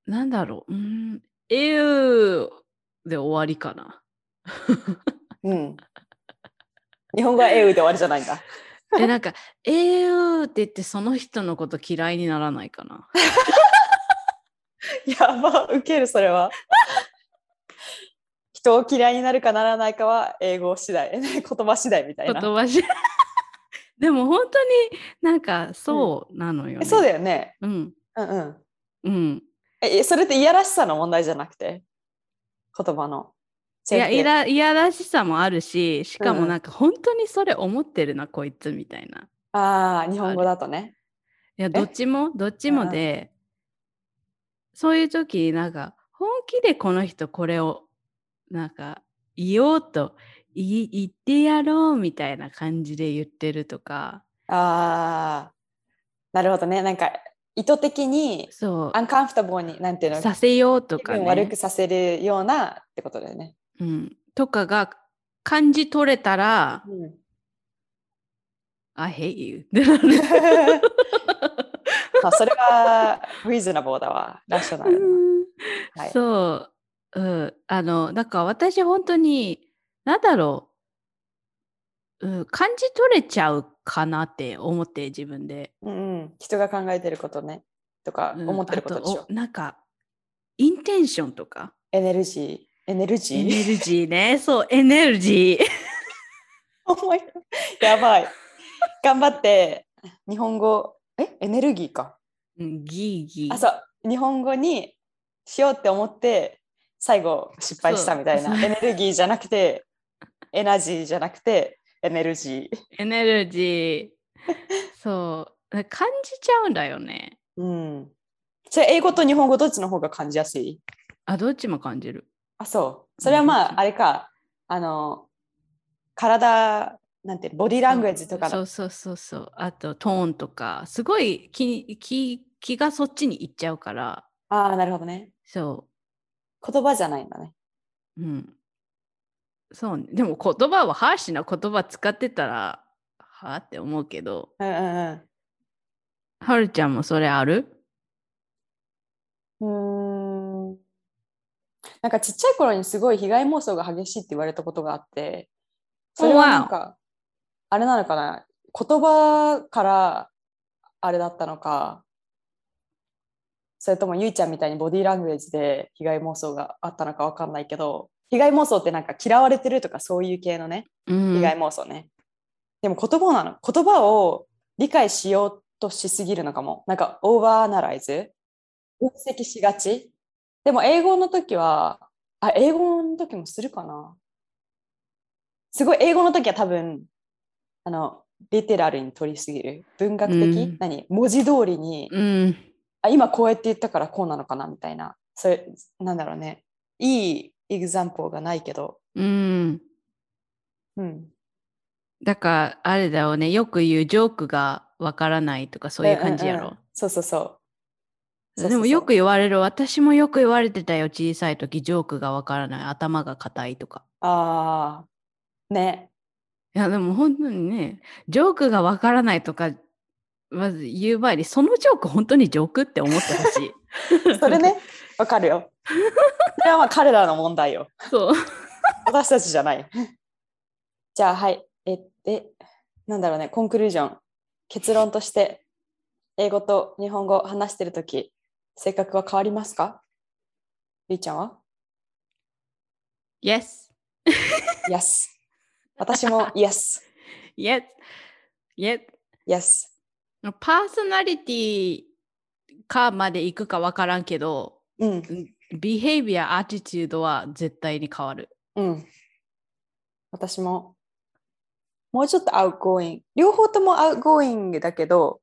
Speaker 1: なんだろう。うん、えゆーで終わりかな。
Speaker 2: うん日本語は「えう」で終わりじゃないんだ
Speaker 1: え、なんか、えゆーって言ってその人のこと嫌いにならないかな。
Speaker 2: [LAUGHS] やばウケるそれは [LAUGHS] 人 [LAUGHS] を嫌いになるかならないかは英語次第言葉次第みたい
Speaker 1: 言
Speaker 2: な
Speaker 1: 葉じゃでも本当になんかそうなのよ、ね
Speaker 2: えそうだよね。
Speaker 1: うん
Speaker 2: うんうん。
Speaker 1: うん
Speaker 2: え、それっていやらしさの問題じゃなくて言葉の。
Speaker 1: いやい
Speaker 2: し
Speaker 1: らいやらしさもあるししか
Speaker 2: うん
Speaker 1: も
Speaker 2: うん
Speaker 1: なんか本当にそれ思ってるな、こいつみたいな
Speaker 2: ああ、日本語だとね。
Speaker 1: いやどっちもどっち
Speaker 2: うん
Speaker 1: も
Speaker 2: うん
Speaker 1: で、そういう時になんか本気でこの人これをなんか言おうとい言ってやろうみたいな感じで言ってるとか
Speaker 2: ああ、なるほどね。なんか意図的に
Speaker 1: そ
Speaker 2: アンカンフタボーに、なんていう
Speaker 1: う
Speaker 2: の、
Speaker 1: させようと
Speaker 2: 気
Speaker 1: か、
Speaker 2: 分
Speaker 1: ね、
Speaker 2: を悪くさせるようなってことだよね。
Speaker 1: うん、とかが感じ取れたら
Speaker 2: うん [LAUGHS]
Speaker 1: 「I hate you」ってな
Speaker 2: [LAUGHS]
Speaker 1: る。
Speaker 2: まあそれは reasonable だわ。ラッショナルな。はい
Speaker 1: そう、うん、あのだから私本当に何だろう、うん、感じ取れちゃうかなって思って自分で、
Speaker 2: うんうん、人が考えてることね。とか
Speaker 1: うん
Speaker 2: 思ってることでしょ。
Speaker 1: あとおなんかインテンションとか
Speaker 2: エネルギー。エネルギ
Speaker 1: エ
Speaker 2: ー
Speaker 1: ネルギー
Speaker 2: [LAUGHS]
Speaker 1: ねそうエネルギー
Speaker 2: Oh my God やばい。頑張って、日本語、えエネルギーか。
Speaker 1: うんギーギー
Speaker 2: あ、そう。日本語にしようって思って、最後失敗したみたいな。
Speaker 1: [LAUGHS] そう
Speaker 2: エネルギーじゃなくて、エナジーじゃなくて、エネルギー。
Speaker 1: エネルギー
Speaker 2: [LAUGHS]
Speaker 1: そう感じちゃうんだよね
Speaker 2: うん。それ英語と日本語どっちの方が感じやすい
Speaker 1: あどっちも感じる
Speaker 2: あ、そう。それはま
Speaker 1: うん
Speaker 2: あ、あれか、あの、体、なんていうの、ボディラングエッジとか
Speaker 1: そ
Speaker 2: の。
Speaker 1: うそうそうそうあとトーンとかすごい気気気がそっちに行っちゃうから
Speaker 2: ああ、なるほどね。
Speaker 1: そ
Speaker 2: 言葉じゃないんだね。
Speaker 1: ううんそうねでも言葉はハーシュな言葉使ってたらはあって思うけど
Speaker 2: うんうん
Speaker 1: はるちゃんもそれある
Speaker 2: うん。うーん。なんかちっちゃい頃にすごい被害妄想が激しいって言われたことがあって、それはなんか、あれなのかな、言葉からあれだったのか、それともゆいちゃんみたいにボディーラングエージで被害妄想があったのかわかんないけど、被害妄想ってなんか嫌われてるとかそういう系のね、
Speaker 1: うん
Speaker 2: 被害妄想ね。でも言葉なの。言葉を理解しようとしすぎるのかも。なんかオーバーアナライズ。分析しがち。でも英語の時は、あ、英語の時もするかな。すごい英語の時は多分、あの、リテラルに取りすぎる。文学的、
Speaker 1: うん
Speaker 2: 何文字通りに、
Speaker 1: うん
Speaker 2: あ、今こうやって言ったからこうなのかなみたいな。それ、なんだろうね。いいエグザンポーがないけど。
Speaker 1: うん
Speaker 2: うん。
Speaker 1: だからあれだよねよく言うジョークがわからないとかそういう感じやろ、
Speaker 2: んんんそうそうそう。そうそうそう
Speaker 1: でもよく言われる私もよく言われてたよ小さい時ジョークがわからない頭が硬いとか
Speaker 2: ああ、ね。
Speaker 1: いやでも本当にねジョークがわからないとかまず言う前にそのジョーク本当にジョークって思ってほしい
Speaker 2: [LAUGHS] それね、わかるよ。それはまあ彼らの問題よ。
Speaker 1: [LAUGHS] そう
Speaker 2: 私たちじゃない。じゃあ、はい。え、え、なんだろうね、コンクルージョン。結論として、英語と日本語を話してるとき、性格は変わりますかゆいちゃんは
Speaker 1: Yes
Speaker 2: ?Yes。私も [LAUGHS] Yes。
Speaker 1: Yes Yes
Speaker 2: Yes。
Speaker 1: パーソナリティかまで行くかわからんけど
Speaker 2: うん。
Speaker 1: ビヘイビアアティチュードは絶対に変わる
Speaker 2: うん。私も、もうちょっとアウトゴーイング。両方ともアウトゴーイングだけど、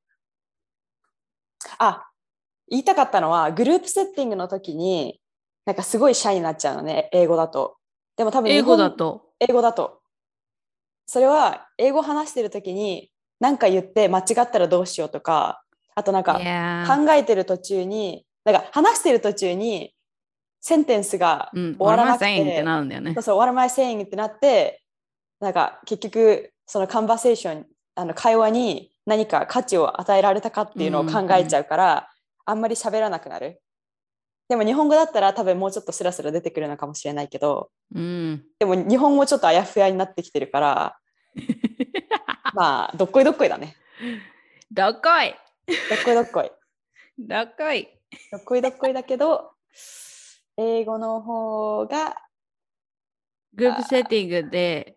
Speaker 2: あ、言いたかったのは、グループセッティングの時に、なんかすごいシャイになっちゃうのね、英語だと。でも多分日
Speaker 1: 英
Speaker 2: 本
Speaker 1: 語だ。と
Speaker 2: 英語だと。それは、英語話してる時に、なんか言って間違ったらどうしようとか、あとなんか、
Speaker 1: Yeah
Speaker 2: 考えてる途中に、なんか話してる途中に、センテンスが
Speaker 1: うん
Speaker 2: 終、わ
Speaker 1: What am I
Speaker 2: らなくて、
Speaker 1: saying? ってなるんだよね
Speaker 2: そう。そう、what am I saying? ってなって、なんか結局、そのカンバセーション、あの会話に何か価値を与えられたかっていうのを考えちゃうから、あんまり喋らなくなる。でも日本語だったら多分もうちょっとスラスラ出てくるのかもしれないけど、
Speaker 1: うん。
Speaker 2: でも日本語ちょっとあやふやになってきて
Speaker 1: [LAUGHS]
Speaker 2: るから、まあ、どっこいどっこいだね。
Speaker 1: どっこい
Speaker 2: どっこいどっこい。
Speaker 1: どっこい
Speaker 2: どっこいどっこいだけど、英語の方が、
Speaker 1: グループセッティングで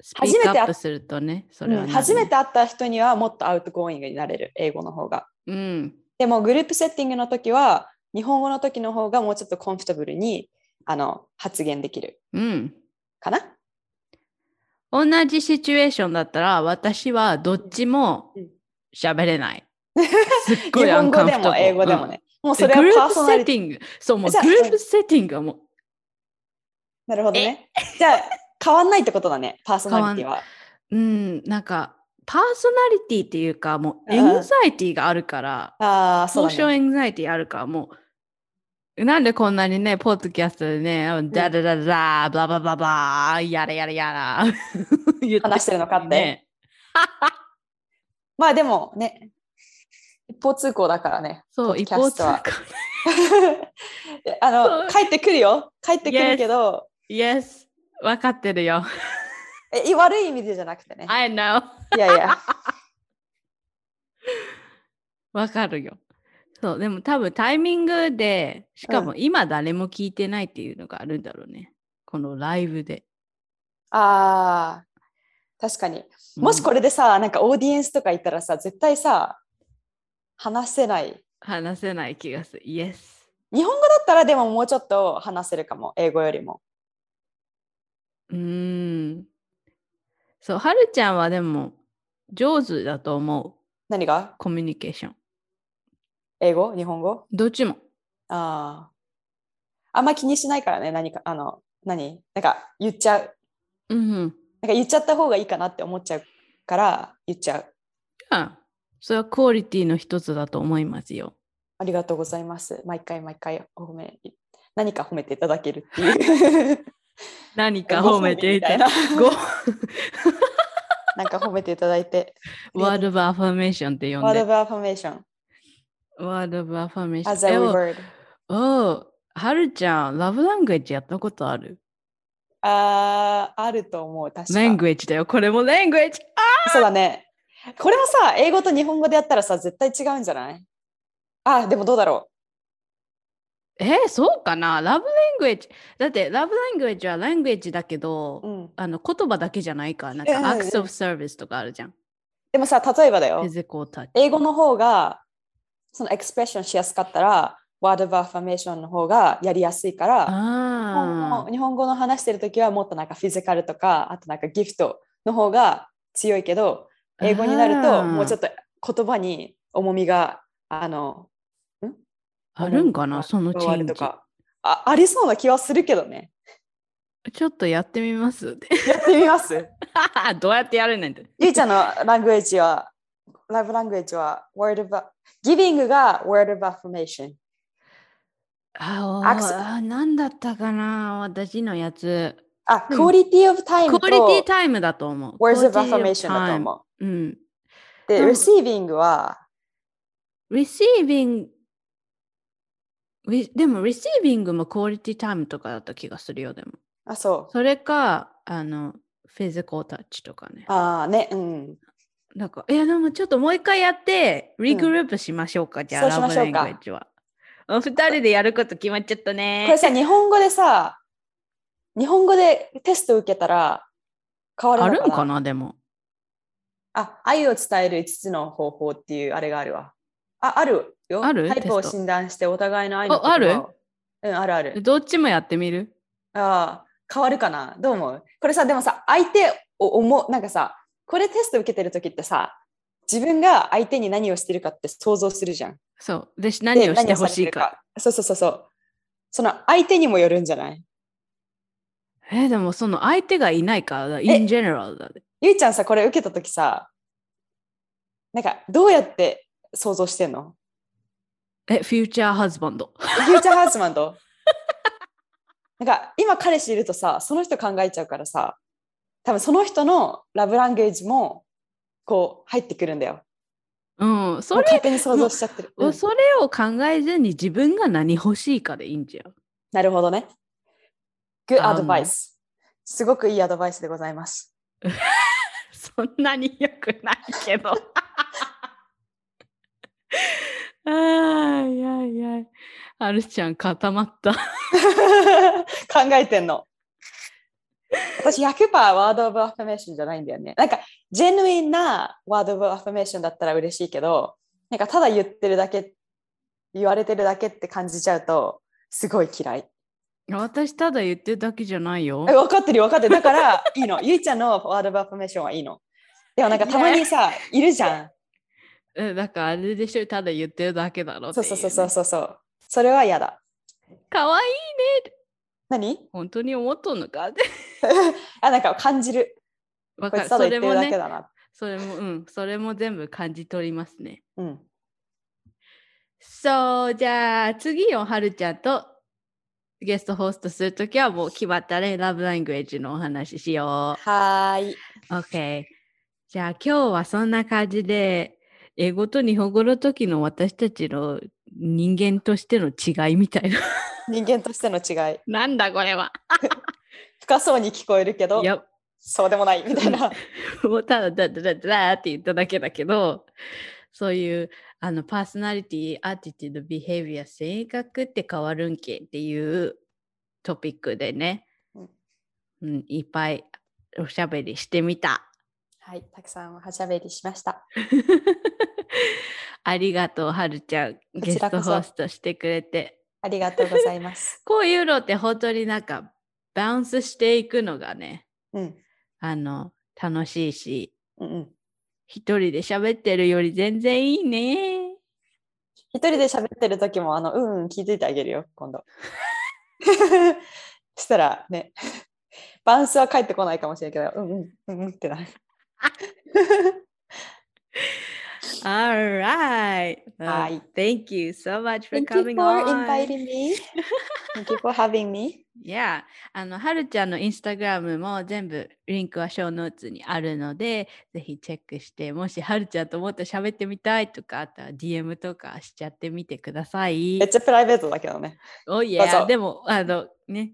Speaker 1: スピークアップするとね、それはな
Speaker 2: う
Speaker 1: んるね
Speaker 2: 初めて会った人にはもっとアウトゴーイングになれる英語の方が
Speaker 1: うん。
Speaker 2: でもグループセッティングの時は日本語の時の方がもうちょっとコンフォータブルにあの発言できる
Speaker 1: うん。
Speaker 2: かな
Speaker 1: 同じシチュエーションだったら、私はどっちも
Speaker 2: うん
Speaker 1: 喋れ
Speaker 2: [LAUGHS]
Speaker 1: ない。すっご
Speaker 2: 日
Speaker 1: い
Speaker 2: 本語で
Speaker 1: uncomfortable
Speaker 2: も英語でも
Speaker 1: うん
Speaker 2: ね、もうそ
Speaker 1: で
Speaker 2: れは
Speaker 1: グル
Speaker 2: パ
Speaker 1: ー
Speaker 2: ー
Speaker 1: プセ
Speaker 2: ソナ
Speaker 1: ッ
Speaker 2: リテ
Speaker 1: テ
Speaker 2: ィ
Speaker 1: ィング。そう、もう
Speaker 2: じゃあ
Speaker 1: グループセッティングはもう
Speaker 2: なるほどねじゃあ変わんないってことだねパーソナリティは
Speaker 1: うん、なんか、パーソナリティっていうか、もう、
Speaker 2: うん
Speaker 1: エンザイティがあるから、
Speaker 2: ああ
Speaker 1: ソ
Speaker 2: そ
Speaker 1: ー
Speaker 2: う
Speaker 1: ショ
Speaker 2: だ
Speaker 1: ン
Speaker 2: ね
Speaker 1: エンザイティあるから、もう、なんでこんなにね、ポッドキャストでね、ダダダダ、ブラブラブラブラ、やれやれやら、言っ
Speaker 2: [LAUGHS] 話してるのかって
Speaker 1: ね
Speaker 2: まあでもね一方通行だからね [LAUGHS]
Speaker 1: そう、
Speaker 2: ポッド
Speaker 1: 一
Speaker 2: キャ
Speaker 1: 方
Speaker 2: ス
Speaker 1: 通
Speaker 2: ト
Speaker 1: 行
Speaker 2: は。あ
Speaker 1: そ
Speaker 2: の
Speaker 1: う
Speaker 2: 帰ってくるよ帰ってくるけど
Speaker 1: yes, わかってるよ。
Speaker 2: えい悪い意味でじゃなくてね
Speaker 1: I know.
Speaker 2: いやいや
Speaker 1: わかるよ。そう、でも多分タイミングで、しかも今誰も聞いてないっていうのがあるんだろうね。このライブで。
Speaker 2: あー確かにもしこ
Speaker 1: れ、
Speaker 2: れでさ、なんかオーディエンスとかいたらさ、絶対さ、話せない。
Speaker 1: 話せない気がする。Yes。
Speaker 2: 日本語だったらでももうちょっと話せるかも、英語よりも。
Speaker 1: うーん。そう、はるちゃんはでも上手だと思う。
Speaker 2: 何が
Speaker 1: コミュニケーション。
Speaker 2: 英語日本語
Speaker 1: どっちも。
Speaker 2: ああ。あんま気にしないからね、何か、あの、何なんか言っちゃう。
Speaker 1: うん、うん。
Speaker 2: なんか言っちゃった方がいいかなって思っちゃうから言っちゃう。
Speaker 1: あそれはクオリティの一つだと思いますよ。
Speaker 2: ありがとうございます。毎回毎回お褒め、何か褒めていただけるっ
Speaker 1: [LAUGHS]
Speaker 2: ていう。
Speaker 1: 何か褒めていた。
Speaker 2: ご褒美みい
Speaker 1: ご
Speaker 2: ななんか褒めていただいて。
Speaker 1: Word of Affirmation って呼ん
Speaker 2: Word
Speaker 1: で。
Speaker 2: of affirmation.
Speaker 1: Word of Affirmation。
Speaker 2: As a
Speaker 1: でも
Speaker 2: reward.
Speaker 1: おう、はるちゃん、ラブラングエッジやったことある
Speaker 2: あーあると思う、確か
Speaker 1: ラングエッジだよ。これもラングエッジあ
Speaker 2: そうだね。これもさ、英語と日本語でやったらさ、絶対違うんじゃないあ、でもどうだろ
Speaker 1: えーそうかなラブラングエッジ。だって、ラブラングエッジはラングエッジだけど、
Speaker 2: う。うん、
Speaker 1: あの言葉だけじゃないから、なん
Speaker 2: うんうん
Speaker 1: か
Speaker 2: うん
Speaker 1: acts of service とかあるじゃん。
Speaker 2: でもさ、例えばだよ
Speaker 1: physical touch。
Speaker 2: 英語の方が、そのエクスプレッションしやすかったら、ワードバーファメーションの方がやりやすいから、日本
Speaker 1: あ
Speaker 2: 語日本語の話してるときはもっとなんかフィジカルとか、あとなんかギフトの方が強いけど、
Speaker 1: あー
Speaker 2: 英語になるともうちょっと言葉に重みが、あの、
Speaker 1: あるんかなそのチ
Speaker 2: 加わ
Speaker 1: ェ
Speaker 2: る
Speaker 1: ンジ
Speaker 2: と。かあ。ありそうな気はするけどね。
Speaker 1: ちょっとやってみます。 [LAUGHS]
Speaker 2: やってみます
Speaker 1: どうやってやるねんって。
Speaker 2: [LAUGHS] ゆいちゃんのラングエッジは、ラブラングエッジは、word of、ギビングが word of affirmation。
Speaker 1: あ
Speaker 2: アクセ
Speaker 1: あ、なんだったかな私のやつ。
Speaker 2: あ、
Speaker 1: うん
Speaker 2: quality of time
Speaker 1: クオ
Speaker 2: と
Speaker 1: リティタイムだと思う。
Speaker 2: words of
Speaker 1: Quality of
Speaker 2: affirmation だと
Speaker 1: time
Speaker 2: 思
Speaker 1: うん。
Speaker 2: う。で、
Speaker 1: うん
Speaker 2: receiving は、
Speaker 1: receiving re- でも receiving もクオリティタイムとかだった気がするよでも
Speaker 2: あ、そう。
Speaker 1: それかあのフィジカルタッチとかね
Speaker 2: ああ、ね、うん。
Speaker 1: なんかいやでもちょっともう一回やってリグループしましょうか、じゃあ
Speaker 2: そうし
Speaker 1: ラ
Speaker 2: ま
Speaker 1: ブ
Speaker 2: しょ
Speaker 1: ラ
Speaker 2: う
Speaker 1: ン
Speaker 2: か
Speaker 1: グエッジはお二人でやること決まっちゃった
Speaker 2: こ
Speaker 1: ね
Speaker 2: れさ、日本語でさ、日本語でテスト受けたら変わる
Speaker 1: あ
Speaker 2: のか
Speaker 1: る
Speaker 2: なあ
Speaker 1: んかなでも
Speaker 2: 愛を伝える5つの方法っていうあれがあるわ。あ、あるよ。
Speaker 1: ある
Speaker 2: タイプを
Speaker 1: テスト
Speaker 2: 診断してお互いの愛の
Speaker 1: あある
Speaker 2: 言葉をうん、あるある。
Speaker 1: どっちもやってみる
Speaker 2: ああ、変わるかなどう思うこれさ、でもさ、相手を思う、なんかさ、これテスト受けてる時ってさ、自分が相手に何をしてるかって想像するじゃん。
Speaker 1: そうで
Speaker 2: で
Speaker 1: 何をしてほしい
Speaker 2: 何をさ
Speaker 1: か
Speaker 2: れてるそうそうそうそう。その相手にもよるんじゃない
Speaker 1: えでもその相手がいないから in general だね
Speaker 2: ゆいちゃんさ、これ受けた時さ、なんかどうやって想像してんの
Speaker 1: えフューチャーハズバンド
Speaker 2: フューチャーハースマンと。 [LAUGHS] なんか今彼氏いるとさ、その人考えちゃうからさ、多分その人のラブランゲージもこう入ってくるんだよ。
Speaker 1: うんそ
Speaker 2: もう
Speaker 1: れ
Speaker 2: 勝手に想像しちゃってる。うん
Speaker 1: それを考えずに自分が何欲しいかでいいんじゃん。
Speaker 2: なるほどね。Good
Speaker 1: あの
Speaker 2: advice。すごくいいアドバイスでございます。 [LAUGHS]
Speaker 1: そんなに良くないけ
Speaker 2: [LAUGHS]
Speaker 1: ど。あーいやいやい。あるちゃん固まった。
Speaker 2: 考えてんの。私100%ワード・オブ・アファメーションじゃないんだよね。なんか、ジェヌインなワード・オブ・アファメーションだったら嬉しいけど、なんかただ言ってるだけ、言われてるだけって感じちゃうと、すごい嫌い。
Speaker 1: 私ただ言ってるだけじゃないよ
Speaker 2: え。分かってるよ分かってる。だから、 [LAUGHS] いいの。ゆいちゃんのワード・オブ・アファメーションはいいの。でもなんかたまにさ、いるじゃん。
Speaker 1: うんだからあれでしょ、ただ言ってるだけだろって
Speaker 2: そ
Speaker 1: いうね、
Speaker 2: そうそうそうそうそう。それは嫌だ。
Speaker 1: かわいい
Speaker 2: 何
Speaker 1: 本当に思っとんのかって。
Speaker 2: あ、なんか感じる。
Speaker 1: わ
Speaker 2: こ
Speaker 1: か
Speaker 2: い
Speaker 1: る
Speaker 2: つた
Speaker 1: そ
Speaker 2: だ
Speaker 1: れ
Speaker 2: 言って
Speaker 1: も
Speaker 2: るだけ
Speaker 1: ね、
Speaker 2: だな。
Speaker 1: それも、うん、それも全部感じ取りますね。
Speaker 2: うん。
Speaker 1: そう、じゃあ次をはるちゃんとゲストホストするときはもう決まったね、ラブラングエッジのお話しよ
Speaker 2: はーい。
Speaker 1: う。OK。じゃあ今日はそんな感じで、英語と日本語の時の私たちの人間としての違いみたいな。
Speaker 2: 人間としての違い。
Speaker 1: なんだこれは。
Speaker 2: 深そうに聞こえるけ
Speaker 1: [LAUGHS]
Speaker 2: ど
Speaker 1: い、や、
Speaker 2: そうでもないみたいな。
Speaker 1: もうただだだだだだって言っただけだけど、そういうあのパーソナリティ、アティティード、ビヘイビア、性格って変わるんけっていうトピックでね、
Speaker 2: うん
Speaker 1: うん、いっぱいおしゃべりしてみた。
Speaker 2: [LAUGHS] はい、たくさんおしゃべりしました。
Speaker 1: ありがとう、はるちゃん。
Speaker 2: こ
Speaker 1: ゲス
Speaker 2: ちらこ
Speaker 1: ト
Speaker 2: そ
Speaker 1: ホストしてくれて。
Speaker 2: ありがとうござ
Speaker 1: [LAUGHS]
Speaker 2: います。
Speaker 1: こういうのって本当になんかバウンスしていくのがね、
Speaker 2: うん、
Speaker 1: あの、楽しいし、
Speaker 2: うん、うん。
Speaker 1: 一人で喋ってるより全然いいね。
Speaker 2: 一人で喋ってる時も、あの、うん、うん、気づいてあげるよ、今度。 [LAUGHS] したらね、バウンスは返ってこないかもしれないけど、うん、うん、うん、うんって
Speaker 1: [LAUGHS]
Speaker 2: なる。
Speaker 1: All right. Well,
Speaker 2: Hi.
Speaker 1: Thank you so much for
Speaker 2: Thank you for
Speaker 1: coming on. [LAUGHS]
Speaker 2: inviting me. Thank you for having me.
Speaker 1: Yeah. あの、はるちゃんのインスタグラムも全部リンクはショーノーツにあるので、ぜひチェックして、もしはるちゃんともっと喋ってみたいとかあったら DM とかしちゃってみてください
Speaker 2: めっ。ちゃプライベートだけどね。
Speaker 1: おい
Speaker 2: どう
Speaker 1: や、
Speaker 2: ぞ
Speaker 1: でも、あの、ね、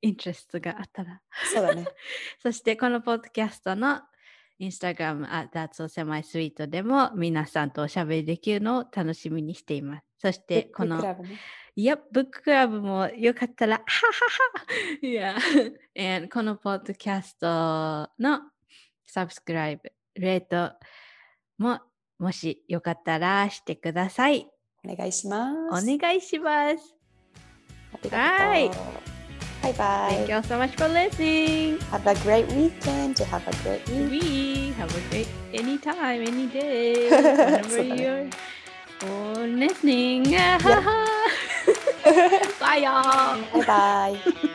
Speaker 1: イントレストがあったら。
Speaker 2: そう [LAUGHS] だね。
Speaker 1: そしてこのポッドキャストのインスタグラム、あ、That's So Semi Sweet でも皆さんとおしゃべりできるのを楽しみにしています。そしてこの
Speaker 2: クラブね
Speaker 1: Yep, Book Club もよかったら、 [LAUGHS] ははは Yeah. And このポッドキャストのサブスクライブ、レートももしよかったらしてください。
Speaker 2: お願いします。
Speaker 1: お願いします。
Speaker 2: ありがとう。バイバ
Speaker 1: Thank
Speaker 2: イ。
Speaker 1: you all so much for listening.
Speaker 2: Have a great weekend. You have a great week.
Speaker 1: We have a great any time, any day, whenever
Speaker 2: そうだね
Speaker 1: you're or listening. [LAUGHS] Bye y'all.
Speaker 2: バイバイ。